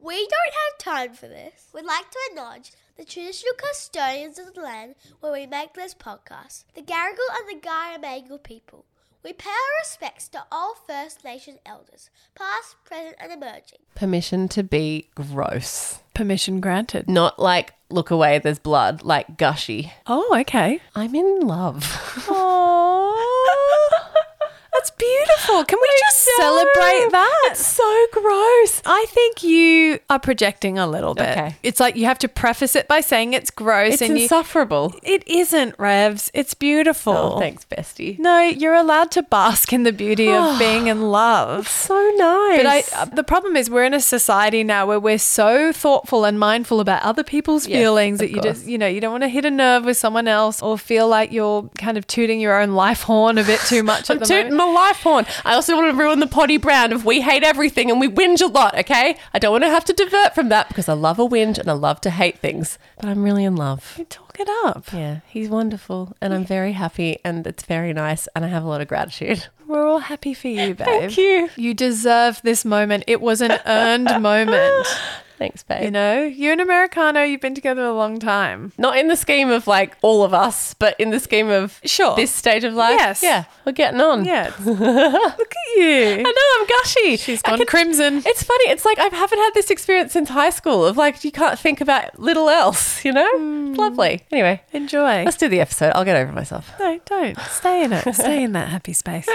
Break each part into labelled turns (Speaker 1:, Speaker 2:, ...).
Speaker 1: We don't have time for this.
Speaker 2: We'd like to acknowledge
Speaker 1: The traditional custodians of the land where we make this podcast, the Garigal and the Garamangal people. We pay our respects to all First Nation elders, past, present, and emerging.
Speaker 3: Permission to be gross.
Speaker 4: Permission granted.
Speaker 3: Not like, look away, there's blood, like gushy.
Speaker 4: Oh, okay.
Speaker 3: I'm in love.
Speaker 4: Oh, that's beautiful. Can we just celebrate that?
Speaker 3: It's so gross.
Speaker 4: I think you are projecting a little bit.
Speaker 3: Okay.
Speaker 4: It's like you have to preface it by saying it's gross
Speaker 3: It's
Speaker 4: and you,
Speaker 3: insufferable.
Speaker 4: it isn't, Revs. It's beautiful.
Speaker 3: Oh, thanks, bestie.
Speaker 4: No, you're allowed to bask in the beauty of being in love.
Speaker 3: So nice.
Speaker 4: But I, uh, the problem is, we're in a society now where we're so thoughtful and mindful about other people's
Speaker 3: Yes,
Speaker 4: feelings
Speaker 3: of
Speaker 4: that you
Speaker 3: course.
Speaker 4: just, you know, you don't want to hit a nerve with someone else or feel like you're kind of tooting your own life horn a bit too much.
Speaker 3: I'm
Speaker 4: at the
Speaker 3: tooting
Speaker 4: moment.
Speaker 3: my life horn. I also want to ruin the potty brand of we hate everything and we whinge a lot, okay? I don't want to have to divert from that because I love a whinge and I love to hate things. But I'm really in love.
Speaker 4: Talk it up.
Speaker 3: Yeah, he's wonderful and I'm very happy and it's very nice and I have a lot of gratitude.
Speaker 4: We're all happy for you, babe.
Speaker 3: Thank you.
Speaker 4: You deserve this moment. It was an earned moment.
Speaker 3: Thanks, babe.
Speaker 4: You know, you and Americano, you've been together a long time.
Speaker 3: Not in the scheme of like all of us, but in the scheme of
Speaker 4: Sure.
Speaker 3: this stage of life.
Speaker 4: Yes.
Speaker 3: Yeah, we're getting on.
Speaker 4: Yeah. it's- Look at
Speaker 3: I
Speaker 4: you.
Speaker 3: know, I'm gushy.
Speaker 4: She's
Speaker 3: I
Speaker 4: gone
Speaker 3: can-
Speaker 4: crimson.
Speaker 3: It's funny. It's like I haven't had this experience since high school of like, you can't think about little else, you know?
Speaker 4: Hmm.
Speaker 3: It's Lovely. Anyway,
Speaker 4: Enjoy.
Speaker 3: let's do the episode. I'll get over myself.
Speaker 4: No, don't. Stay in it. Stay in that happy space.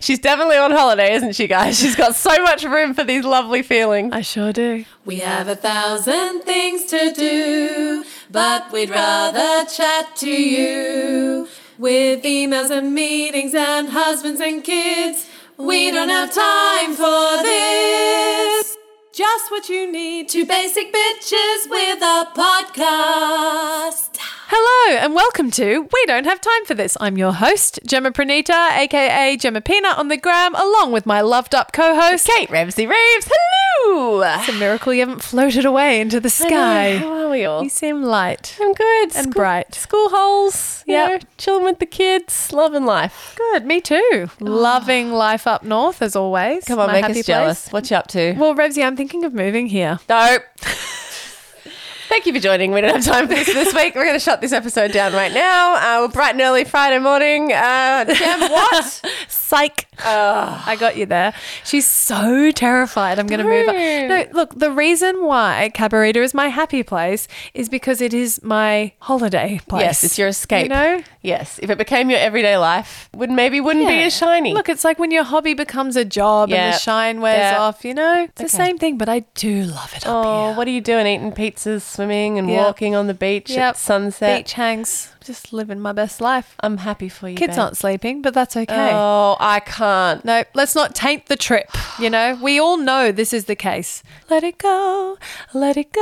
Speaker 3: She's definitely on holiday, isn't she, guys? She's got so much room for these lovely feelings.
Speaker 4: I sure do.
Speaker 5: We have a thousand things to do, but we'd rather chat to you. With emails and meetings and husbands and kids, we don't have time for this. Just what you need two basic bitches with a podcast.
Speaker 4: Hello and welcome to We Don't Have Time for This. I'm your host, Gemma Pranita, aka Gemma Peanut on the gram, along with my loved up co host.
Speaker 3: Kate Ramsey Reeves, hello.
Speaker 4: It's a miracle you haven't floated away into the
Speaker 3: Hello,
Speaker 4: sky.
Speaker 3: How are we all?
Speaker 4: You seem light.
Speaker 3: I'm good.
Speaker 4: and bright.
Speaker 3: School holes, you
Speaker 4: Yep.
Speaker 3: know, chilling with the kids, loving life.
Speaker 4: Good, me too. Loving life up north as always.
Speaker 3: Ah. Come on,
Speaker 4: My
Speaker 3: make us
Speaker 4: happy place.
Speaker 3: jealous. What you up to?
Speaker 4: Well, Revsy, I'm thinking of moving here.
Speaker 3: Nope. Thank you for joining. We don't have time for this this week. We're going to shut this episode down right now. Uh, we're bright and early Friday morning. Uh, Gem, what?
Speaker 4: Psych. I got you there. She's so terrified. I'm going to move. On. No, look, the reason why Cabarita is my happy place is because it is my holiday place.
Speaker 3: yes, it's your escape.
Speaker 4: You know?
Speaker 3: Yes. If it became your everyday life, would maybe wouldn't be
Speaker 4: Yeah.
Speaker 3: as shiny.
Speaker 4: Look, it's like when your hobby becomes a job and
Speaker 3: Yeah.
Speaker 4: the shine wears
Speaker 3: Yeah.
Speaker 4: off, you know? It's the
Speaker 3: Okay.
Speaker 4: same thing, but I do love it up
Speaker 3: Oh,
Speaker 4: here.
Speaker 3: what are you doing? Eating pizzas, swimming, and
Speaker 4: Yep.
Speaker 3: walking on the beach
Speaker 4: Yep.
Speaker 3: at sunset.
Speaker 4: Beach hangs. Just living my best life.
Speaker 3: I'm happy for you.
Speaker 4: Kids
Speaker 3: babe.
Speaker 4: aren't sleeping, but that's okay.
Speaker 3: Oh, I can't.
Speaker 4: No, let's not taint the trip. You know, we all know this is the case. Let it go, let it go.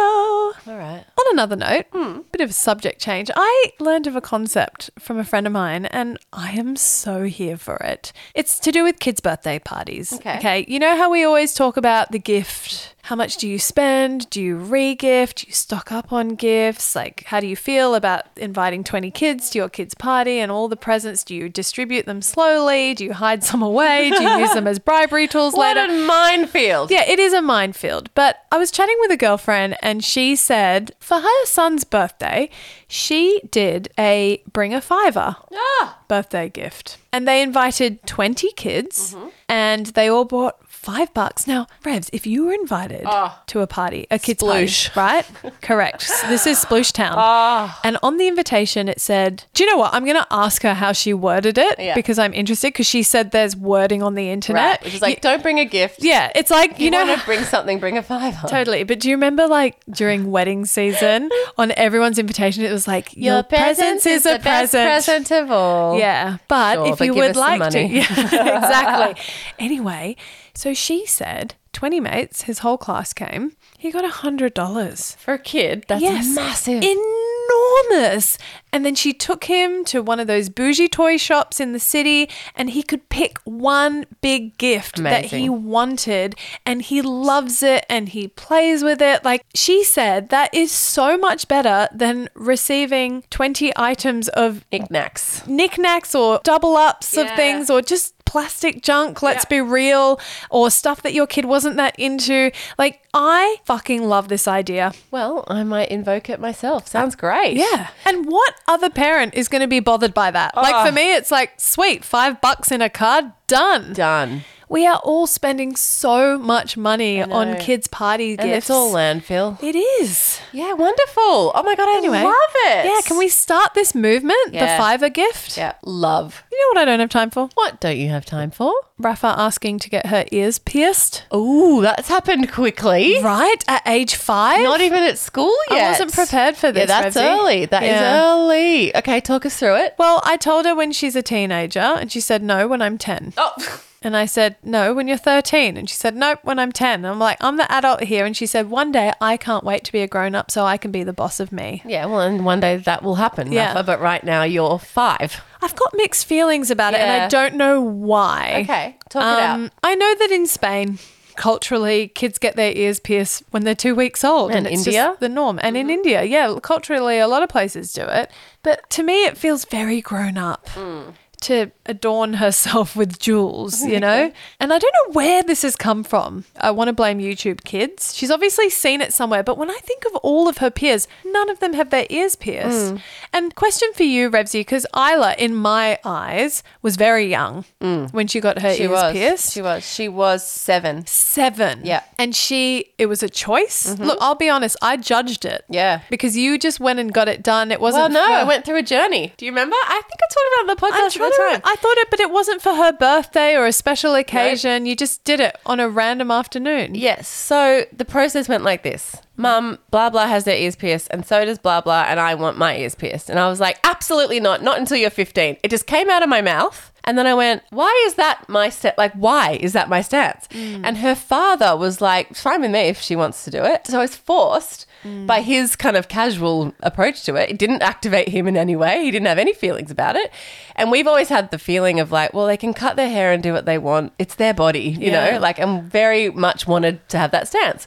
Speaker 3: All right.
Speaker 4: On another note,
Speaker 3: Hmm.
Speaker 4: bit of a subject change. I learned of a concept from a friend of mine, and I am so here for it. It's to do with kids' birthday parties.
Speaker 3: Okay.
Speaker 4: Okay. You know how we always talk about the gift. How much do you spend? Do you re-gift? Do you stock up on gifts? Like, how do you feel about inviting 20 kids to your kids' party and all the presents? Do you distribute them slowly? Do you hide some away? Do you use them as bribery tools
Speaker 3: What
Speaker 4: later?
Speaker 3: a minefield.
Speaker 4: Yeah, it is a minefield. But I was chatting with a girlfriend and she said for her son's birthday, she did a bring a fiver
Speaker 3: Ah!
Speaker 4: birthday gift. And they invited 20 kids
Speaker 3: Mm-hmm.
Speaker 4: and they all bought five bucks. Now, Revs, if you were invited to a party, a kids'
Speaker 3: Ah. Sploosh. Ah.
Speaker 4: party, right? Correct. So This is Sploosh Town. And on the invitation, it said, Do you know what? I'm going to ask her how she worded it
Speaker 3: Yeah.
Speaker 4: because I'm interested because she said there's wording on the internet.
Speaker 3: Right. Which is like, don't bring a gift.
Speaker 4: yeah, it's like, you,
Speaker 3: You,
Speaker 4: know,
Speaker 3: want to bring something, bring a fiver.
Speaker 4: Totally. But do you remember like during wedding season on everyone's invitation it was like your, presence is a
Speaker 3: the best
Speaker 4: present.
Speaker 3: present of all.
Speaker 4: Yeah. But
Speaker 3: Sure,
Speaker 4: if
Speaker 3: but
Speaker 4: you
Speaker 3: give
Speaker 4: would
Speaker 3: us the
Speaker 4: like
Speaker 3: money.
Speaker 4: to. Yeah, exactly. Anyway, so she said 20 mates, his whole class came. He got $100.
Speaker 3: For a kid, that's
Speaker 4: Enormous. And then she took him to one of those bougie toy shops in the city and he could pick one big gift that he
Speaker 3: Amazing.
Speaker 4: wanted and he loves it and he plays with it. Like she said, that is so much better than receiving 20 items of
Speaker 3: Knickknacks.
Speaker 4: knickknacks or double ups of
Speaker 3: Yeah.
Speaker 4: things or just plastic junk, let's be real, or stuff that your kid wasn't that into. Like, I fucking love this idea.
Speaker 3: Well, I might invoke it myself. Sounds great.
Speaker 4: Yeah. And what other parent is going to be bothered by
Speaker 3: Ah.
Speaker 4: that? Like, for me, it's like, sweet, five bucks in a card, done.
Speaker 3: Done.
Speaker 4: We are all spending so much money on
Speaker 3: know.
Speaker 4: kids' party
Speaker 3: And
Speaker 4: gifts.
Speaker 3: it's all landfill.
Speaker 4: It is.
Speaker 3: Yeah, wonderful. Oh my god, I
Speaker 4: Anyway.
Speaker 3: love it.
Speaker 4: Yeah, can we start this movement?
Speaker 3: Yeah.
Speaker 4: The Fiverr gift?
Speaker 3: Yeah, love.
Speaker 4: You know what I don't have time for?
Speaker 3: What don't you have time for?
Speaker 4: Rafa asking to get her ears pierced.
Speaker 3: Oh, that's happened quickly.
Speaker 4: Right? At age five?
Speaker 3: Not e- even at school
Speaker 4: I
Speaker 3: yet.
Speaker 4: wasn't prepared for
Speaker 3: Yeah,
Speaker 4: this,
Speaker 3: that's
Speaker 4: Revsy.
Speaker 3: early. That is
Speaker 4: Yeah.
Speaker 3: early. Okay, talk us through it.
Speaker 4: Well, I told her when she's a teenager, and she said no when I'm 10.
Speaker 3: Oh,
Speaker 4: And I said, no, when you're 13. And she said, nope, when I'm 10. I'm like, I'm the adult here. And she said, one day I can't wait to be a grown up so I can be the boss of me.
Speaker 3: yeah. Well, and one day that will happen,
Speaker 4: Yeah.
Speaker 3: Rafa. But right now you're five.
Speaker 4: I've got mixed feelings about it, and I
Speaker 3: Yeah.
Speaker 4: don't know why. Um,
Speaker 3: Okay, talk it out.
Speaker 4: I know that in Spain, culturally, kids get their ears pierced when they're two weeks old,
Speaker 3: And
Speaker 4: it's
Speaker 3: India? Mm-hmm.
Speaker 4: just the norm. And in India, yeah, culturally, a lot of places do it. But to me, it feels very grown up.
Speaker 3: Mm.
Speaker 4: To adorn herself with jewels, you know? And I don't know where this has come from. I want to blame YouTube kids. She's obviously seen it somewhere, but when I think of all of her peers, none of them have their ears
Speaker 3: Mm.
Speaker 4: pierced. And question for you, Revsy, because Isla, in my eyes, was very young when she got her
Speaker 3: Mm. She
Speaker 4: ears
Speaker 3: was.
Speaker 4: pierced
Speaker 3: She was. She was seven.
Speaker 4: seven.
Speaker 3: Yeah. Mm-hmm.
Speaker 4: And she, it was a choice. Look, I'll be honest, I judged it.
Speaker 3: Yeah.
Speaker 4: Because you just went and got it done. It wasn't.
Speaker 3: Well, no,
Speaker 4: for-
Speaker 3: I went through a journey. Do you remember? I think I talked about it on
Speaker 4: I'm
Speaker 3: the podcast
Speaker 4: trying
Speaker 3: at the
Speaker 4: to remember-
Speaker 3: time.
Speaker 4: I thought it, but it wasn't for her birthday or a special occasion. You just did it on a random afternoon.
Speaker 3: Yes. So the process went like this. Mum, blah, blah has their ears pierced, and so does blah, blah, and I want my ears pierced. And I was like, absolutely not. Not until you're 15. It just came out of my mouth. And then I went, why is that my step? Like, why is that my stance? And her father was like, "It's fine with me if she wants to do it. So I was forced by his kind of casual approach to it. It didn't activate him in any way. He didn't have any feelings about it. And we've always had the feeling of like, well, they can cut their hair and do what they want. It's their body, you
Speaker 4: Yeah.
Speaker 3: know? Like, I'm very much wanted to have that stance.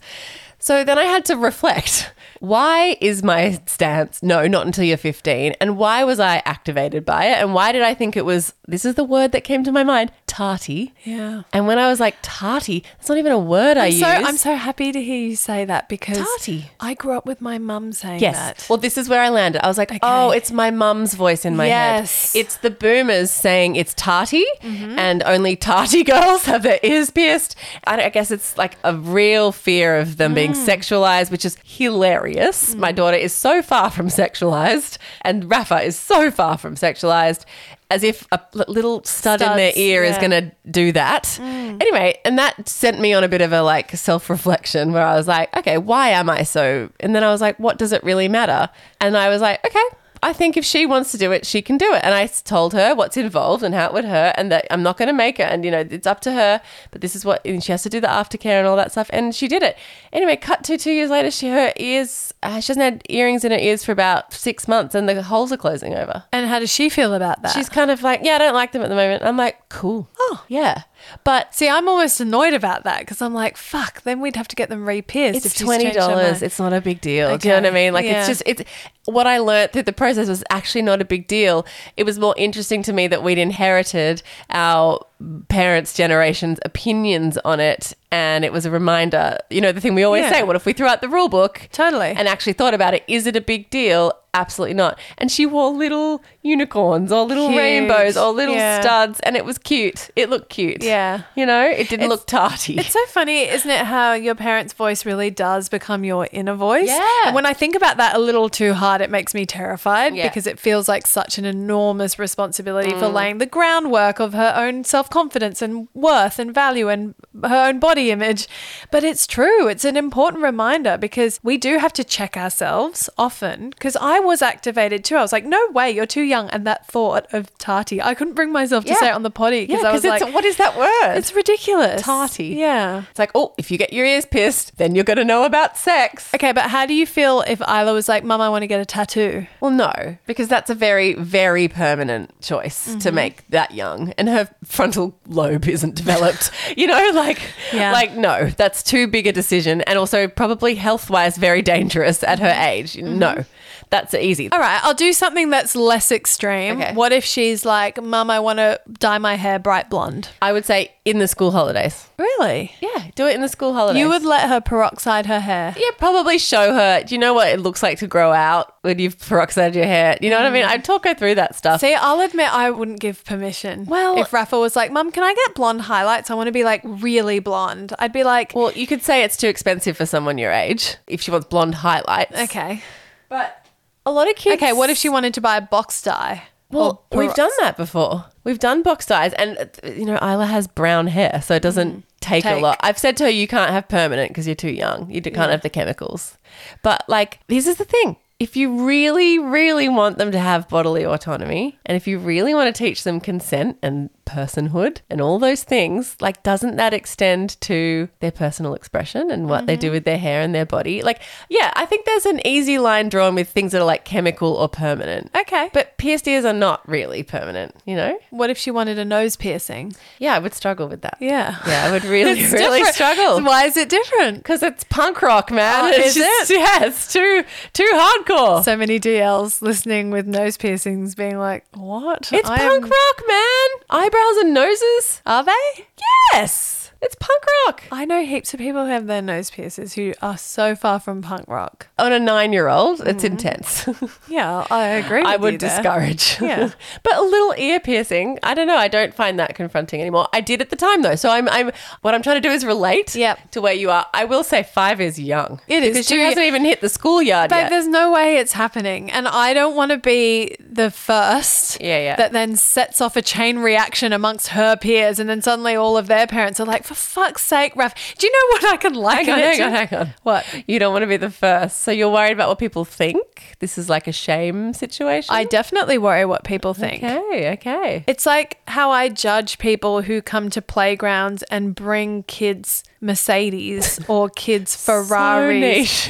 Speaker 3: So then I had to reflect. Why is my stance no, not until you're 15? And why was I activated by it? And why did I think it was, this is the word that came to my mind, tarty?
Speaker 4: Yeah.
Speaker 3: And when I was like, tarty, that's not even a word I
Speaker 4: I'm
Speaker 3: use.
Speaker 4: so, I'm so happy to hear you say that because
Speaker 3: Tarty.
Speaker 4: I grew up with my mum saying
Speaker 3: Yes.
Speaker 4: that.
Speaker 3: Well, this is where I landed. I was like, oh, it's my mum's voice in my
Speaker 4: Yes.
Speaker 3: head. It's the boomers saying it's tarty and only tarty girls have their ears pierced. And I guess it's like a real fear of them being sexualized, which is hilarious. My daughter is so far from sexualized and Rafa is so far from sexualized. As if a l- little stud in their
Speaker 4: Studs,
Speaker 3: ear is
Speaker 4: yeah. Mm.
Speaker 3: going to do that. Anyway, and that sent me on a bit of a like self reflection where I was like, okay, why am I so? And then I was like, what does it really matter? And I was like, okay, I think if she wants to do it, she can do it. And I s- told her what's involved and how it would hurt and that I'm not going to make her. And, you know, it's up to her, but this is what and she has to do the aftercare and all that stuff. And she did it. Anyway, cut to two years later, she, her ears, uh, she hasn't had earrings in her ears for about six months and the holes are closing over.
Speaker 4: and how does she feel about that?
Speaker 3: She's kind of like, yeah, I don't like them at the moment. I'm like, cool. Oh, yeah. But
Speaker 4: See, I'm almost annoyed about that because I'm like, fuck, then we'd have to get them re pierced.
Speaker 3: it's twenty dollars. It's not a big deal. Do you know what I
Speaker 4: Okay.
Speaker 3: mean? Like
Speaker 4: Yeah.
Speaker 3: it's just it's what I learned through the process was actually not a big deal. It was more interesting to me that we'd inherited our parents' generation's opinions on it, and it was a reminder. You know, the thing we always
Speaker 4: Yeah.
Speaker 3: say: what if we threw out the rule book?
Speaker 4: Totally.
Speaker 3: And actually thought about it: is it a big deal? Absolutely not. And she wore little unicorns or little
Speaker 4: Cute.
Speaker 3: rainbows or little
Speaker 4: Yeah.
Speaker 3: studs, and it was cute. It looked cute.
Speaker 4: Yeah.
Speaker 3: you know, it didn't
Speaker 4: It's-
Speaker 3: look tarty.
Speaker 4: It's so funny, isn't it, how your parents' voice really does become your inner voice?
Speaker 3: Yeah.
Speaker 4: And when I think about that a little too hard, it makes me terrified
Speaker 3: Yeah. Mm.
Speaker 4: because it feels like such an enormous responsibility for laying the groundwork of her own self confidence and worth and value and her own body image. But it's true. It's an important reminder because we do have to check ourselves often. Because I was activated too. I was like, no way, you're too young. And that thought of tarty, I couldn't bring myself to
Speaker 3: Yeah.
Speaker 4: say it on the potty because I was
Speaker 3: it's,
Speaker 4: like,
Speaker 3: what is that word?
Speaker 4: it's ridiculous.
Speaker 3: Tarty.
Speaker 4: Yeah.
Speaker 3: It's like, oh, if you get your ears pierced, then you're going to know about sex.
Speaker 4: Okay, but how do you feel if Isla was like, Mum, I want to get a tattoo?
Speaker 3: Well, no, because that's a very, very permanent choice to make that young, and her frontal lobe isn't developed. you know, like,
Speaker 4: Yeah.
Speaker 3: like no, that's Mm-hmm. too big a decision, and also probably health wise very dangerous at her age. No, that's that's easy.
Speaker 4: All right, I'll do something that's less extreme.
Speaker 3: Okay.
Speaker 4: What if she's like, Mum, I want to dye my hair bright blonde?
Speaker 3: I would say in the school holidays.
Speaker 4: Really?
Speaker 3: Yeah, do it in the school holidays.
Speaker 4: You would let her peroxide her hair.
Speaker 3: Yeah, probably show her. Do you know what it looks like to grow out when you've peroxided your hair? You know what I mean? I'd talk her through that stuff.
Speaker 4: See, I'll admit I wouldn't give permission.
Speaker 3: Well-
Speaker 4: if Rafa was like, Mum, can I get blonde highlights? I want to be like really blonde. I'd be like,
Speaker 3: well, you could say it's too expensive for someone your age if she wants blonde highlights.
Speaker 4: Okay.
Speaker 3: But a lot of kids.
Speaker 4: Okay, what if she wanted to buy a box dye?
Speaker 3: Well,
Speaker 4: Or
Speaker 3: we've done that before. We've done box dyes, and uh, you know, Isla has brown hair, so it doesn't take, a
Speaker 4: Mm. Take.
Speaker 3: lot. I've said to her, "You can't have permanent because you're too young. You d- can't have the chemicals." But like, this is the thing: if you really, really want them to have bodily autonomy, and if you really want to teach them consent and personhood and all those things, like, doesn't that extend to their personal expression and what they do with their hair and their body? Like, yeah, I think there's an easy line drawn with things that are like chemical or permanent.
Speaker 4: Okay. But
Speaker 3: But PSDs are not really permanent, you know?
Speaker 4: what if she wanted a nose piercing?
Speaker 3: Yeah, I would struggle with that.
Speaker 4: Yeah.
Speaker 3: Yeah, I would really, really
Speaker 4: different.
Speaker 3: struggle.
Speaker 4: Why is it different?
Speaker 3: Because it's punk rock, man.
Speaker 4: Oh,
Speaker 3: it's
Speaker 4: is
Speaker 3: just,
Speaker 4: it?
Speaker 3: yeah, it's too, too hardcore.
Speaker 4: So many DLs listening with nose piercings being like, what?
Speaker 3: it's
Speaker 4: I
Speaker 3: punk
Speaker 4: am-
Speaker 3: rock, man. Eyebrows and noses. Are they? Yes. It's punk rock.
Speaker 4: I know heaps of people who have their nose pierces who are so far from punk rock.
Speaker 3: On a nine year old, it's
Speaker 4: Mm-hmm.
Speaker 3: intense.
Speaker 4: Yeah, I agree.
Speaker 3: I
Speaker 4: with
Speaker 3: would
Speaker 4: you there.
Speaker 3: discourage.
Speaker 4: Yeah.
Speaker 3: but a little ear piercing, I don't know. I don't find that confronting anymore. I did at the time though. So I'm, I'm what I'm trying to do is relate
Speaker 4: Yep.
Speaker 3: to where you are. I will say five is young.
Speaker 4: It is
Speaker 3: Because she
Speaker 4: too-
Speaker 3: hasn't even hit the schoolyard
Speaker 4: Babe,
Speaker 3: yet.
Speaker 4: there's no way it's happening. And I don't want to be the first
Speaker 3: Yeah, yeah.
Speaker 4: that then sets off a chain reaction amongst her peers. And then suddenly all of their parents are like, for fuck's sake, Raf, do you know what I can like?
Speaker 3: Hang on,
Speaker 4: it
Speaker 3: hang
Speaker 4: to?"
Speaker 3: on, hang on.
Speaker 4: What?
Speaker 3: You don't want to be the first. So you're worried about what people think. This is like a shame situation.
Speaker 4: I definitely worry what people think.
Speaker 3: Okay, okay.
Speaker 4: It's like how I judge people who come to playgrounds and bring kids Mercedes or kids Ferraris.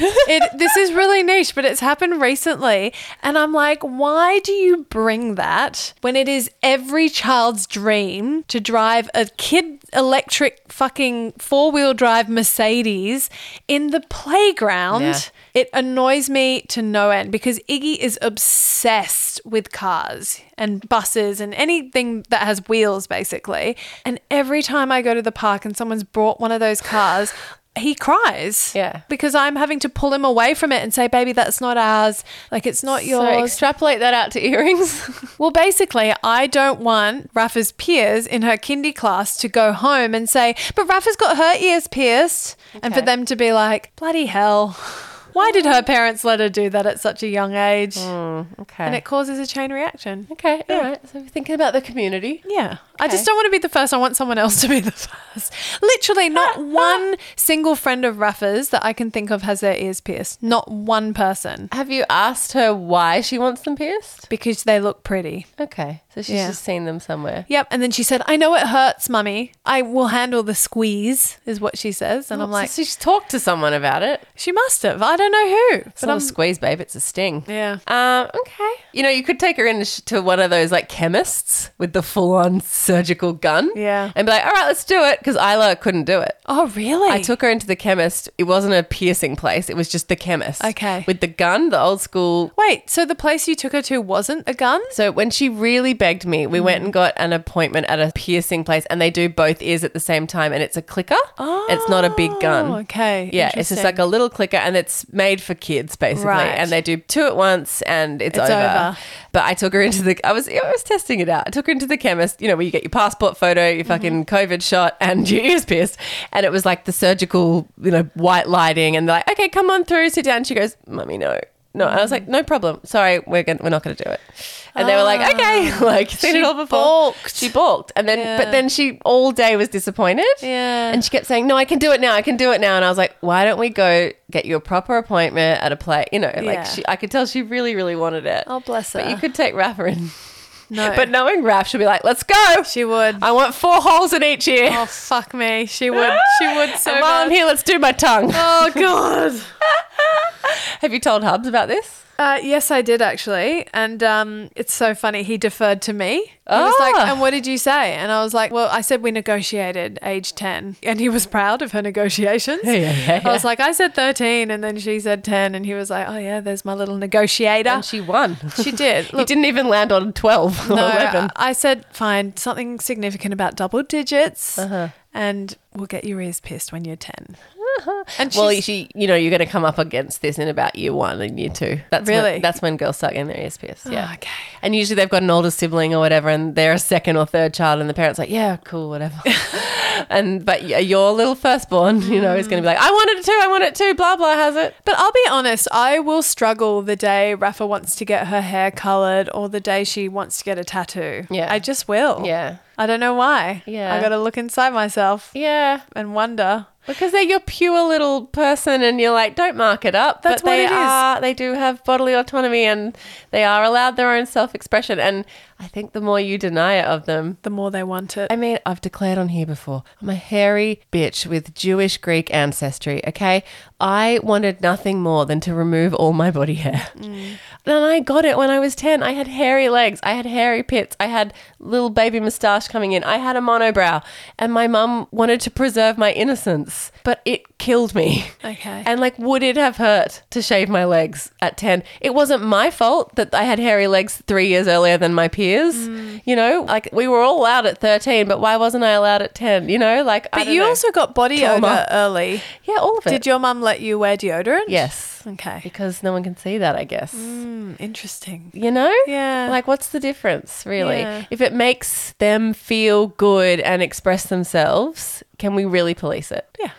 Speaker 3: niche.
Speaker 4: it, this is really niche, but it's happened recently. And I'm like, why do you bring that when it is every child's dream to drive a kid electric fucking four wheel drive Mercedes in the playground?
Speaker 3: Yeah.
Speaker 4: It annoys me to no end because Iggy is obsessed with cars and buses and anything that has wheels, basically. And every time I go to the park and someone's brought one of those cars, he cries.
Speaker 3: Yeah.
Speaker 4: Because I'm having to pull him away from it and say, baby, that's not ours. Like, it's not
Speaker 3: so
Speaker 4: yours.
Speaker 3: extrapolate that out to earrings.
Speaker 4: Well, basically, I don't want Rafa's peers in her kindy class to go home and say, but Rafa's got her ears pierced. And for
Speaker 3: Okay.
Speaker 4: them to be like, bloody hell. Why did her parents let her do that at such a young age?
Speaker 3: Hmm. okay.
Speaker 4: And it causes a chain reaction.
Speaker 3: okay. All right. So we're thinking about the community.
Speaker 4: Yeah. I
Speaker 3: Okay.
Speaker 4: just don't want to be the first. I want someone else to be the first. Literally, not one single friend of Rafa's that I can think of has their ears pierced. Not one person.
Speaker 3: Have you asked her why she wants them pierced?
Speaker 4: Because they look pretty.
Speaker 3: Okay. So she's
Speaker 4: Yeah.
Speaker 3: just seen them somewhere.
Speaker 4: Yep. And then she said, I know it hurts, mummy. I will handle the squeeze, is what she says. And I'm like,
Speaker 3: so she's talked to someone about it.
Speaker 4: she must have. I don't know who.
Speaker 3: It's
Speaker 4: But
Speaker 3: not
Speaker 4: I'm, Uh,
Speaker 3: a squeeze, babe. It's a sting.
Speaker 4: yeah.
Speaker 3: Um, okay. You know, you could take her in sh- to one of those like chemists with the full on surgical gun.
Speaker 4: Yeah.
Speaker 3: And be like, all right, let's do it. Because Isla couldn't do it.
Speaker 4: Oh, really?
Speaker 3: I took her into the chemist. It wasn't a piercing place, it was just the chemist.
Speaker 4: Okay.
Speaker 3: With the gun, the old school.
Speaker 4: Wait, so the place you took her to wasn't a gun?
Speaker 3: So when she really begged me, we went and got an appointment at a piercing place and they do both ears at the same time and it's a clicker. It's not a big gun.
Speaker 4: Oh, okay.
Speaker 3: Yeah, it's just
Speaker 4: Interesting.
Speaker 3: like a little clicker and it's made for kids basically.
Speaker 4: Right.
Speaker 3: And they do two at once and it's,
Speaker 4: It's
Speaker 3: over.
Speaker 4: over.
Speaker 3: But I took her into the I was I was testing it out. I took her into the chemist, you know, where you get your passport photo,
Speaker 4: Mm-hmm.
Speaker 3: your fucking COVID shot and your ears pierced. And it was like the surgical, you know, white lighting and they're like, Okay, come on through, sit down. She goes, Mummy, no. No, And I was like, no problem. Sorry, we're gonna, we're not going to do it. And they were like, okay, like seen
Speaker 4: Ah. She
Speaker 3: it all before.
Speaker 4: balked.
Speaker 3: She balked, and then but
Speaker 4: Yeah.
Speaker 3: then she all day was disappointed.
Speaker 4: Yeah.
Speaker 3: And she kept saying, No, I can do it now. I can do it now. And I was like, Why don't we go get you a proper appointment at a play? You know,
Speaker 4: Yeah.
Speaker 3: like she, I could tell she really, really wanted it.
Speaker 4: Oh, bless her.
Speaker 3: But you could take Rafa in.
Speaker 4: no.
Speaker 3: But knowing Raf, she'll be like, Let's go.
Speaker 4: she would.
Speaker 3: I want four holes in each ear.
Speaker 4: Oh, fuck me. She would. She would so Oh.
Speaker 3: And while I'm
Speaker 4: bad.
Speaker 3: here, let's do my tongue.
Speaker 4: Oh, God.
Speaker 3: Have you told Hubs about this?
Speaker 4: Uh, yes, I did actually, and um, it's so funny. He deferred to me. He was like,
Speaker 3: Oh.
Speaker 4: "And what did you say?" And I was like, "Well, I said we negotiated age ten, and he was proud of her negotiations."
Speaker 3: yeah, yeah,
Speaker 4: I was like, "I said thirteen, and then she said 10, and he was like, "Oh yeah, there's my little negotiator."
Speaker 3: And she won.
Speaker 4: She did.
Speaker 3: He
Speaker 4: Look,
Speaker 3: didn't even land on 12 or
Speaker 4: no,
Speaker 3: 11.
Speaker 4: I said, "Fine, something significant about double digits,
Speaker 3: Uh-huh.
Speaker 4: and we'll get your ears pierced when you're 10. And
Speaker 3: Uh-huh. Well,
Speaker 4: she's-
Speaker 3: she, you know, you're going to come up against this in about year one and year two. That's
Speaker 4: Really? Oh,
Speaker 3: When, that's when girls start getting their ears pierced. Yeah.
Speaker 4: okay.
Speaker 3: And usually they've got an older sibling or whatever, and they're a second or third child, and the parents like, yeah, cool, whatever. and but y- your little firstborn, you know, is going to be like, I want it too, I want it too, blah blah has it.
Speaker 4: But I'll be honest, I will struggle the day Rafa wants to get her hair coloured or the day she wants to get a tattoo.
Speaker 3: Yeah.
Speaker 4: I just will.
Speaker 3: Yeah.
Speaker 4: I don't know why.
Speaker 3: Yeah.
Speaker 4: I got to look inside myself
Speaker 3: Yeah.
Speaker 4: and wonder.
Speaker 3: Because they're your pure little person, and you're like, don't mark it up.
Speaker 4: That's
Speaker 3: but
Speaker 4: what
Speaker 3: they
Speaker 4: it is.
Speaker 3: are. They do have bodily autonomy, and they are allowed their own self-expression. And I think the more you deny it of them,
Speaker 4: The more they want it.
Speaker 3: I mean, I've declared on here before. I'm a hairy bitch with Jewish Greek ancestry, okay? I wanted nothing more than to remove all my body hair. And I got it when I was 10. I had hairy legs, I had hairy pits, I had little baby moustache coming in, I had a monobrow, and my mum wanted to preserve my innocence, but it killed me.
Speaker 4: Okay.
Speaker 3: And like, would it have hurt to shave my legs at 10? It wasn't my fault that I had hairy legs three years earlier than my peers.
Speaker 4: Mm.
Speaker 3: You know, like we were all allowed at 13, but why wasn't I allowed at 10? You know, like, I
Speaker 4: but
Speaker 3: don't
Speaker 4: you
Speaker 3: know.
Speaker 4: also got body
Speaker 3: Trauma.
Speaker 4: odor early.
Speaker 3: yeah, all of it.
Speaker 4: Did your mum let you wear deodorant?
Speaker 3: Yes.
Speaker 4: Okay.
Speaker 3: Because no one can see that, I guess.
Speaker 4: Hmm, interesting.
Speaker 3: You know?
Speaker 4: Yeah.
Speaker 3: Like, what's the difference, really?
Speaker 4: Yeah.
Speaker 3: If it makes them feel good and express themselves, can we really police it?
Speaker 4: Yeah.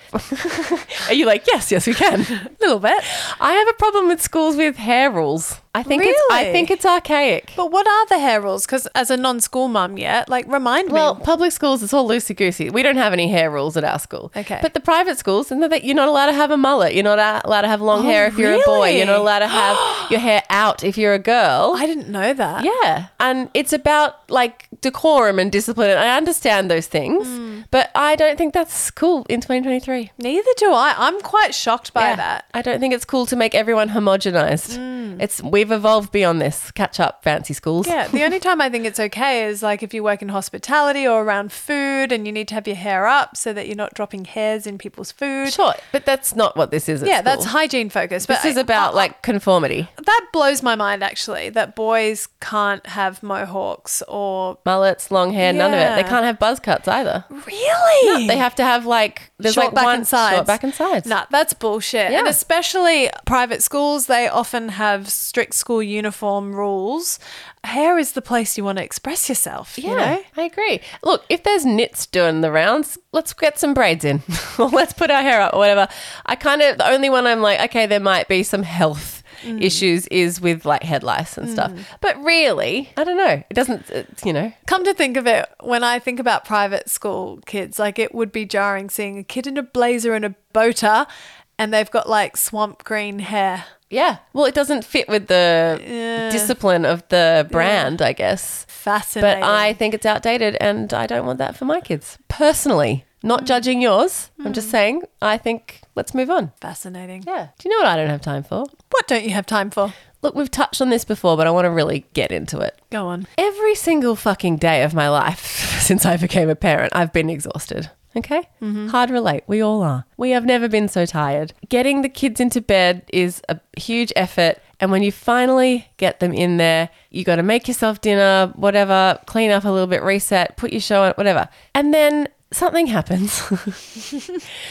Speaker 3: Are you like, yes, yes, we can?
Speaker 4: A little bit.
Speaker 3: I have a problem with schools with hair rules. I think it's
Speaker 4: Really?
Speaker 3: I think it's archaic.
Speaker 4: But what are the hair rules? Because as a non school mum yet, like remind
Speaker 3: Well,
Speaker 4: me.
Speaker 3: public schools it's all loosey goosey. We don't have any hair rules at our school.
Speaker 4: Okay.
Speaker 3: But the private schools, and that you're not allowed to have a mullet. You're not a- allowed to have long hair if you're a boy. You're not
Speaker 4: really?
Speaker 3: allowed to have your hair out if you're a girl.
Speaker 4: I didn't know that.
Speaker 3: yeah. And it's about like decorum and discipline. And I understand those things, but I don't think that's cool in 2023.
Speaker 4: Neither do I. I'm quite shocked by
Speaker 3: Yeah.
Speaker 4: that.
Speaker 3: I don't think it's cool to make everyone homogenized. It's we've evolved beyond this. Catch up, fancy schools.
Speaker 4: Mm. Yeah, the only time I think it's okay is like if you work in hospitality or around food and you need to have your hair up so that you're not dropping hairs in people's food.
Speaker 3: Sure, but that's not what this is. At
Speaker 4: Yeah,
Speaker 3: school.
Speaker 4: that's hygiene focused. But
Speaker 3: This is about like conformity.
Speaker 4: that blows my mind actually that boys can't have mohawks or
Speaker 3: Mullets, long hair, none of it.
Speaker 4: Yeah.
Speaker 3: They can't have buzz cuts either.
Speaker 4: really
Speaker 3: They have to have like there's
Speaker 4: short
Speaker 3: like
Speaker 4: back
Speaker 3: one
Speaker 4: and sides.
Speaker 3: short back and sides.
Speaker 4: Nah, that's bullshit. And
Speaker 3: Yeah.
Speaker 4: especially private schools, they often have strict school uniform rules. Hair is the place you want to express yourself.
Speaker 3: Yeah,
Speaker 4: You know?
Speaker 3: I agree. Look, if there's knits doing the rounds, let's get some braids in. or let's put our hair up or whatever. I kind of, the only one I'm like, okay, there might be some health
Speaker 4: Mm.
Speaker 3: issues is with like head lice and stuff. But really, I don't know. It doesn't, it's, you know.
Speaker 4: Come to think of it, when I think about private school kids, like it would be jarring seeing a kid in a blazer and a boater and they've got like swamp green hair.
Speaker 3: Yeah. Well, it doesn't fit with the discipline of the brand, I guess.
Speaker 4: Fascinating.
Speaker 3: But I think it's outdated and I don't want that for my kids personally.
Speaker 4: Mm.
Speaker 3: Not judging yours. I'm just saying, I think let's move on.
Speaker 4: fascinating.
Speaker 3: Yeah. Do you know what I don't have time for?
Speaker 4: What don't you have time for?
Speaker 3: Look, we've touched on this before, but I want to really get into it.
Speaker 4: Go on.
Speaker 3: Every single fucking day of my life since I became a parent, I've been exhausted. Okay? Hard relate. We all are. We have never been so tired. Getting the kids into bed is a huge effort. And when you finally get them in there, you got to make yourself dinner, whatever, clean up a little bit, reset, put your show on, whatever. And then something happens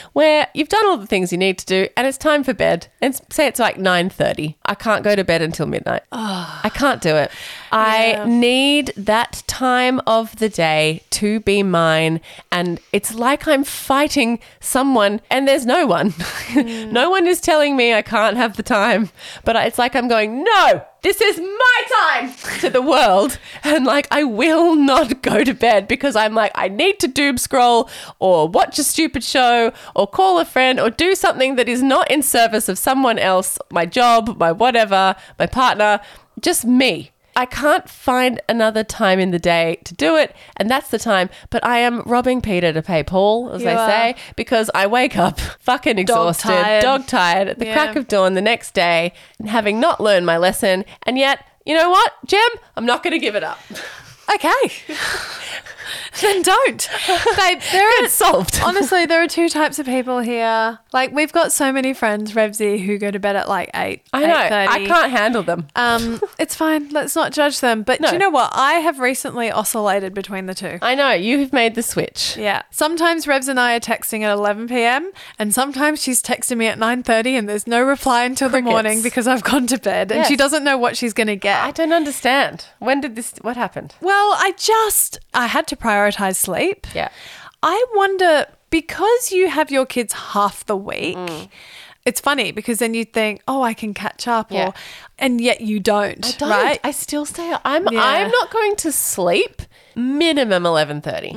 Speaker 3: where you've done all the things you need to do and it's time for bed and s- say it's like 9.30 i can't go to bed until midnight i can't do it i need that time of the day to be mine and it's like i'm fighting someone and there's no one no one is telling me i can't have the time but I- it's like i'm going no this is my time to the world. And like, I will not go to bed because I'm like, I need to doom scroll or watch a stupid show or call a friend or do something that is not in service of someone else, my job, my whatever, my partner, just me. I can't find another time in the day to do it, and that's the time. But I am robbing Peter to pay Paul, as
Speaker 4: You
Speaker 3: they
Speaker 4: are.
Speaker 3: say, because I wake up fucking exhausted,
Speaker 4: tired.
Speaker 3: dog tired, at the
Speaker 4: Yeah.
Speaker 3: crack of dawn the next day, having not learned my lesson, and yet. You know what, Jim? I'm not going to give it up.
Speaker 4: Okay. then don't. Babe, there are
Speaker 3: It's solved.
Speaker 4: Honestly, there are two types of people here. Like we've got so many friends, Revsy, who go to bed at like eight.
Speaker 3: I know.
Speaker 4: 8:30.
Speaker 3: I can't handle them.
Speaker 4: Um, it's fine. Let's not judge them. But do
Speaker 3: No.
Speaker 4: you know what? I have recently oscillated between the two.
Speaker 3: I know. You've made the switch.
Speaker 4: Yeah. Sometimes Revs and I are texting at 11 p.m. and sometimes she's texting me at 9:30 and there's no reply until the
Speaker 3: Crickets.
Speaker 4: morning because I've gone to bed and
Speaker 3: Yes.
Speaker 4: she doesn't know what she's going to get.
Speaker 3: I don't understand. When did this? What happened?
Speaker 4: Well, I just I had to prioritize sleep.
Speaker 3: Yeah.
Speaker 4: I wonder because you have your kids half the week.
Speaker 3: Mm.
Speaker 4: It's funny because then you think, "Oh, I can catch up,"
Speaker 3: Yeah.
Speaker 4: or and yet you don't, right?
Speaker 3: I still stay. up. I'm.
Speaker 4: Yeah.
Speaker 3: I'm not going to sleep. Minimum eleven thirty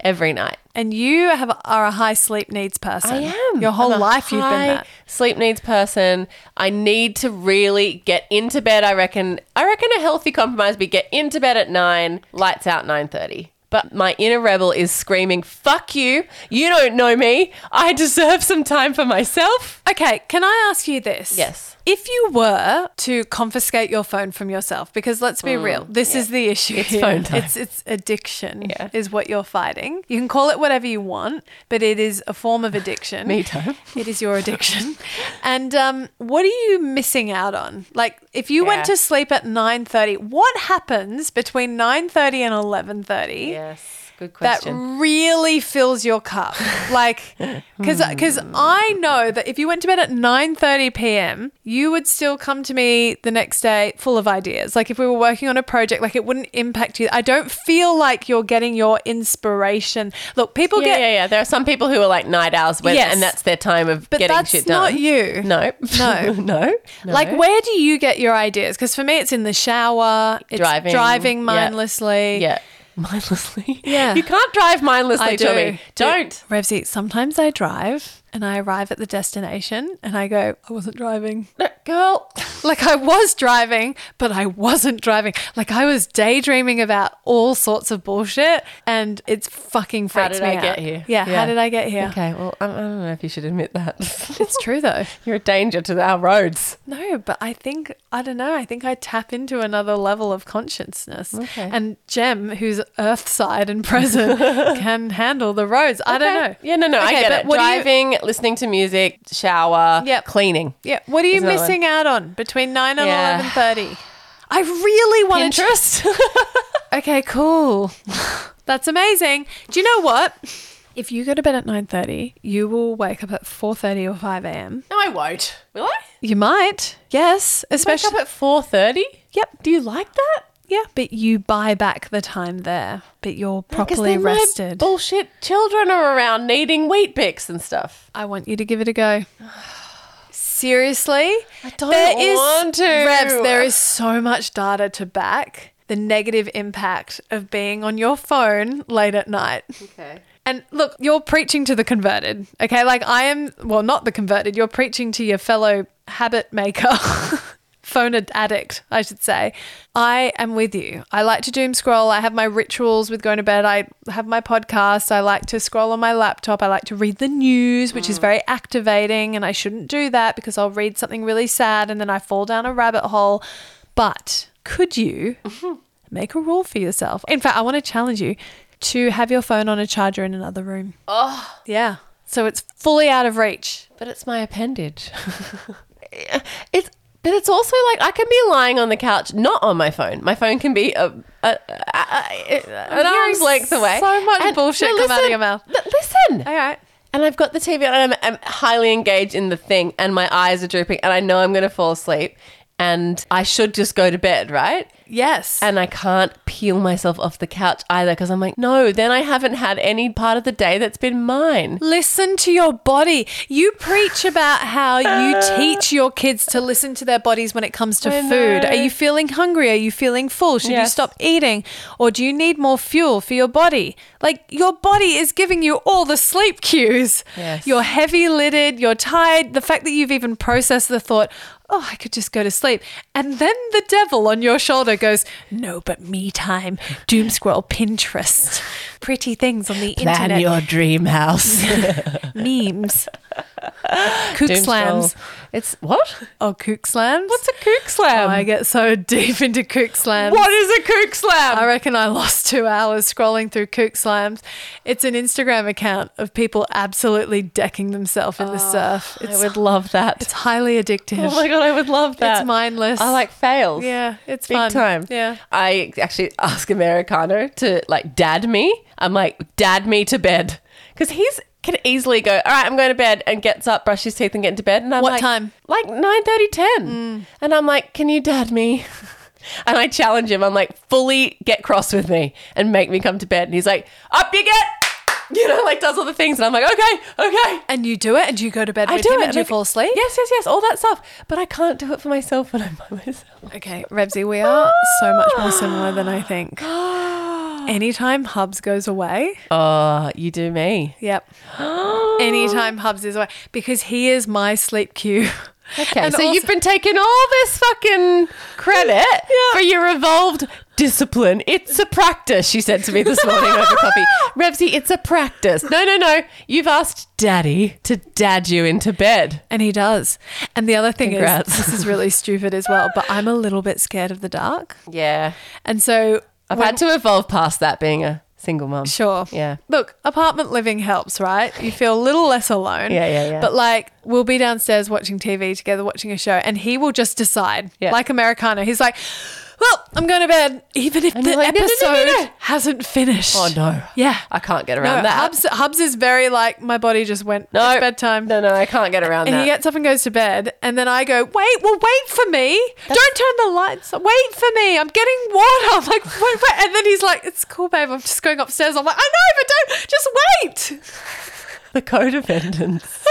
Speaker 3: every night.
Speaker 4: and you have are a high sleep needs person.
Speaker 3: I am.
Speaker 4: Your whole
Speaker 3: I'm a
Speaker 4: life you've been
Speaker 3: high
Speaker 4: that.
Speaker 3: Sleep needs person. I need to really get into bed. I reckon. I reckon a healthy compromise would be get into bed at nine, lights out nine thirty. But my inner rebel is screaming, "Fuck you! You don't know me. I deserve some time for myself."
Speaker 4: Okay, can I ask you this?
Speaker 3: Yes.
Speaker 4: If you were to confiscate your phone from yourself, because let's be real, this is the issue. It's
Speaker 3: Mm, phone time.
Speaker 4: It's it's addiction
Speaker 3: Yeah.
Speaker 4: is what you're fighting. You can call it whatever you want, but it is a form of addiction.
Speaker 3: Me time.
Speaker 4: It is your addiction. and um, what are you missing out on? Like if you
Speaker 3: Yeah.
Speaker 4: went to sleep at 9:30, what happens between 9:30 and 11:30?
Speaker 3: Yes. Good
Speaker 4: that
Speaker 3: question.
Speaker 4: really fills your cup like because i know that if you went to bed at 9.30 p.m you would still come to me the next day full of ideas like if we were working on a project like it wouldn't impact you i don't feel like you're getting your inspiration look people
Speaker 3: yeah,
Speaker 4: get
Speaker 3: yeah, yeah. There are some people who are like night owls, when,
Speaker 4: Yes.
Speaker 3: and that's their time of
Speaker 4: But
Speaker 3: getting
Speaker 4: that's
Speaker 3: shit done.
Speaker 4: not you.
Speaker 3: No,
Speaker 4: No.
Speaker 3: no, no.
Speaker 4: Like, where do you get your ideas? Because for me, it's in the shower, it's
Speaker 3: Driving.
Speaker 4: driving,
Speaker 3: Yeah.
Speaker 4: mindlessly.
Speaker 3: yeah, mindlessly.
Speaker 4: Yeah.
Speaker 3: you can't drive mindlessly
Speaker 4: I
Speaker 3: to
Speaker 4: do.
Speaker 3: me. Don't.
Speaker 4: Revsy, sometimes I drive and I arrive at the destination and I go, I wasn't driving.
Speaker 3: No, girl.
Speaker 4: Like I was driving, but I wasn't driving. Like I was daydreaming about all sorts of bullshit, and it's fucking
Speaker 3: How
Speaker 4: freaks
Speaker 3: did
Speaker 4: me
Speaker 3: I
Speaker 4: out.
Speaker 3: get here?
Speaker 4: Yeah, how did I get here?
Speaker 3: Okay, well, I, I don't know if you should admit that.
Speaker 4: It's true though.
Speaker 3: You're a danger to our roads.
Speaker 4: No, but I think I don't know. I think I tap into another level of consciousness.
Speaker 3: Okay.
Speaker 4: And Jem, who's earthside and present, can handle the roads. I don't
Speaker 3: Okay.
Speaker 4: know.
Speaker 3: Yeah, no, no, I
Speaker 4: Okay,
Speaker 3: get
Speaker 4: but
Speaker 3: it.
Speaker 4: what do you-
Speaker 3: Driving, listening to music, shower,
Speaker 4: Yep.
Speaker 3: cleaning.
Speaker 4: Yeah. What are you
Speaker 3: There's another
Speaker 4: missing out on between nine and
Speaker 3: Yeah.
Speaker 4: eleven thirty? I really want to.
Speaker 3: Pinterest.
Speaker 4: Okay, cool. That's amazing. Do you know what? If you go to bed at nine thirty, you will wake up at four thirty or five a.m.
Speaker 3: no, I won't. Will I?
Speaker 4: You might, yes,
Speaker 3: Wake up
Speaker 4: especially.
Speaker 3: at four thirty.
Speaker 4: Yep.
Speaker 3: Do you like that?
Speaker 4: Yeah, but you buy back the time there, but you're properly
Speaker 3: then my
Speaker 4: rested.
Speaker 3: bullshit children are around needing wheat bix and stuff.
Speaker 4: I want you to give it a go. Seriously, I
Speaker 3: don't want to.
Speaker 4: Revs, there is so much data to back the negative impact of being on your phone late at night.
Speaker 3: Okay.
Speaker 4: And look, you're preaching to the converted, okay? Like I am, well, not the converted, you're preaching to your fellow habit maker, phone ad- addict, I should say. I am with you. I like to doom scroll. I have my rituals with going to bed. I have my podcast. I like to scroll on my laptop. I like to read the news, which is very activating. And I shouldn't do that because I'll read something really sad and then I fall down a rabbit hole. But could you? make a rule for yourself. In fact, I want to challenge you to have your phone on a charger in another room. Oh. Yeah. So it's fully out of reach.
Speaker 3: But it's my appendage. it's but it's also like I can be lying on the couch, not on my phone. My phone can be a, a, a, a- an arm's length away.
Speaker 4: so much bullshit come out of your mouth.
Speaker 3: li- Listen,
Speaker 4: All right.
Speaker 3: and I've got the TV on, and I'm, I'm highly engaged in the thing, and my eyes are drooping, and I know I'm going to fall asleep, and I should just go to bed, right?
Speaker 4: Yes.
Speaker 3: and I can't peel myself off the couch either because I'm like, no, then I haven't had any part of the day that's been mine.
Speaker 4: Listen to your body. You preach about how you teach your kids to listen to their bodies when it comes to
Speaker 3: I
Speaker 4: food.
Speaker 3: know.
Speaker 4: Are you feeling hungry? Are you feeling full? Should you
Speaker 3: Yes.
Speaker 4: stop eating? Or do you need more fuel for your body? Like your body is giving you all the sleep cues.
Speaker 3: Yes.
Speaker 4: You're heavy lidded, you're tired. The fact that you've even processed the thought, oh, I could just go to sleep. And then the devil on your shoulder goes, no, but me time, doom scroll, Pinterest, pretty things on the internet,
Speaker 3: dream house.
Speaker 4: memes, kook slams.
Speaker 3: Slams. It's what?
Speaker 4: Oh, kook slams.
Speaker 3: What's a kook slam?
Speaker 4: Oh, I get so deep into kook slams.
Speaker 3: what is a kook slam?
Speaker 4: I reckon I lost two hours scrolling through kook slams. It's an Instagram account of people absolutely decking themselves in the surf. It's,
Speaker 3: Ah, I would love that.
Speaker 4: it's highly addictive.
Speaker 3: Oh my god, I would love that.
Speaker 4: It's mindless.
Speaker 3: I like fails.
Speaker 4: Yeah, it's
Speaker 3: big
Speaker 4: fun.
Speaker 3: time.
Speaker 4: Yeah.
Speaker 3: I actually ask Americano to like dad me. I'm like dad me to bed because he's can easily go. All right, I'm going to bed and gets up, brushes his teeth, and get into bed. And I'm
Speaker 4: What
Speaker 3: like,
Speaker 4: time? Mm.
Speaker 3: Like nine thirty, ten. And I'm like, can you dad me? And I challenge him. I'm like, fully get cross with me and make me come to bed. And he's like, up you get. You know, like does all the things. And I'm like, okay, okay.
Speaker 4: And you do it and you go to bed
Speaker 3: I
Speaker 4: with
Speaker 3: do
Speaker 4: him
Speaker 3: it.
Speaker 4: and you
Speaker 3: like-
Speaker 4: fall asleep.
Speaker 3: Yes, yes, yes. All that stuff. But I can't do it for myself when I'm by myself.
Speaker 4: Okay, Rebsy, we are so much more similar than I think. Anytime Hubs goes away,
Speaker 3: Oh, you do me.
Speaker 4: yep. Anytime Hubs is away, because he is my sleep cue.
Speaker 3: Okay,
Speaker 4: And
Speaker 3: so
Speaker 4: also-
Speaker 3: you've been taking all this fucking credit for your evolved discipline. It's a practice, she said to me this morning over coffee. Revsy, it's a practice. No, no, no. You've asked daddy to dad you into bed.
Speaker 4: And he does. And the other thing
Speaker 3: Congrats.
Speaker 4: is, this is really stupid as well, but I'm a little bit scared of the dark.
Speaker 3: Yeah.
Speaker 4: And so
Speaker 3: I've had to evolve past that being a single mom.
Speaker 4: Sure.
Speaker 3: Yeah.
Speaker 4: Look, apartment living helps, right? You feel a little less alone.
Speaker 3: Yeah, yeah, yeah.
Speaker 4: But like, we'll be downstairs watching TV together, watching a show, and he will just decide,
Speaker 3: Yeah.
Speaker 4: like Americano. He's like, well, I'm going to bed, even if the
Speaker 3: you're like, "No, no,
Speaker 4: episode
Speaker 3: no, no, no."
Speaker 4: hasn't finished.
Speaker 3: Oh, no.
Speaker 4: Yeah.
Speaker 3: I can't get
Speaker 4: No,
Speaker 3: around that.
Speaker 4: Hubs, Hubs is very like, my body just went,
Speaker 3: no.
Speaker 4: it's bedtime.
Speaker 3: No, no, I can't get around
Speaker 4: And
Speaker 3: that.
Speaker 4: he gets up and goes to bed, and then I go, "Wait, well, wait for me! Don't turn the lights. on. Wait for me! I'm getting water." I'm like, "Wait, wait!" And then he's like, "It's cool, babe. I'm just going upstairs." I'm like, "I know, but don't. Just wait."
Speaker 3: the codependence.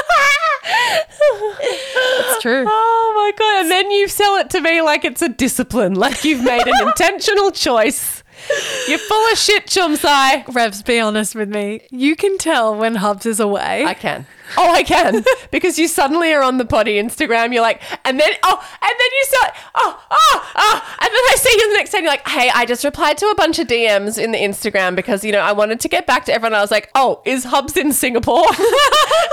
Speaker 4: It's true.
Speaker 3: Oh my god! And then you sell it to me like it's a discipline, like you've made an intentional choice. You're full of shit, Chumsai.
Speaker 4: Revs, be honest with me. You can tell when Hubs is away.
Speaker 3: I can. Oh, I can because you suddenly are on the potty Instagram. You're like, and then oh, and then you start oh oh oh, and then I see you the next day. And you're like, hey, I just replied to a bunch of DMs in the Instagram because you know I wanted to get back to everyone. I was like, oh, is Hubs in Singapore?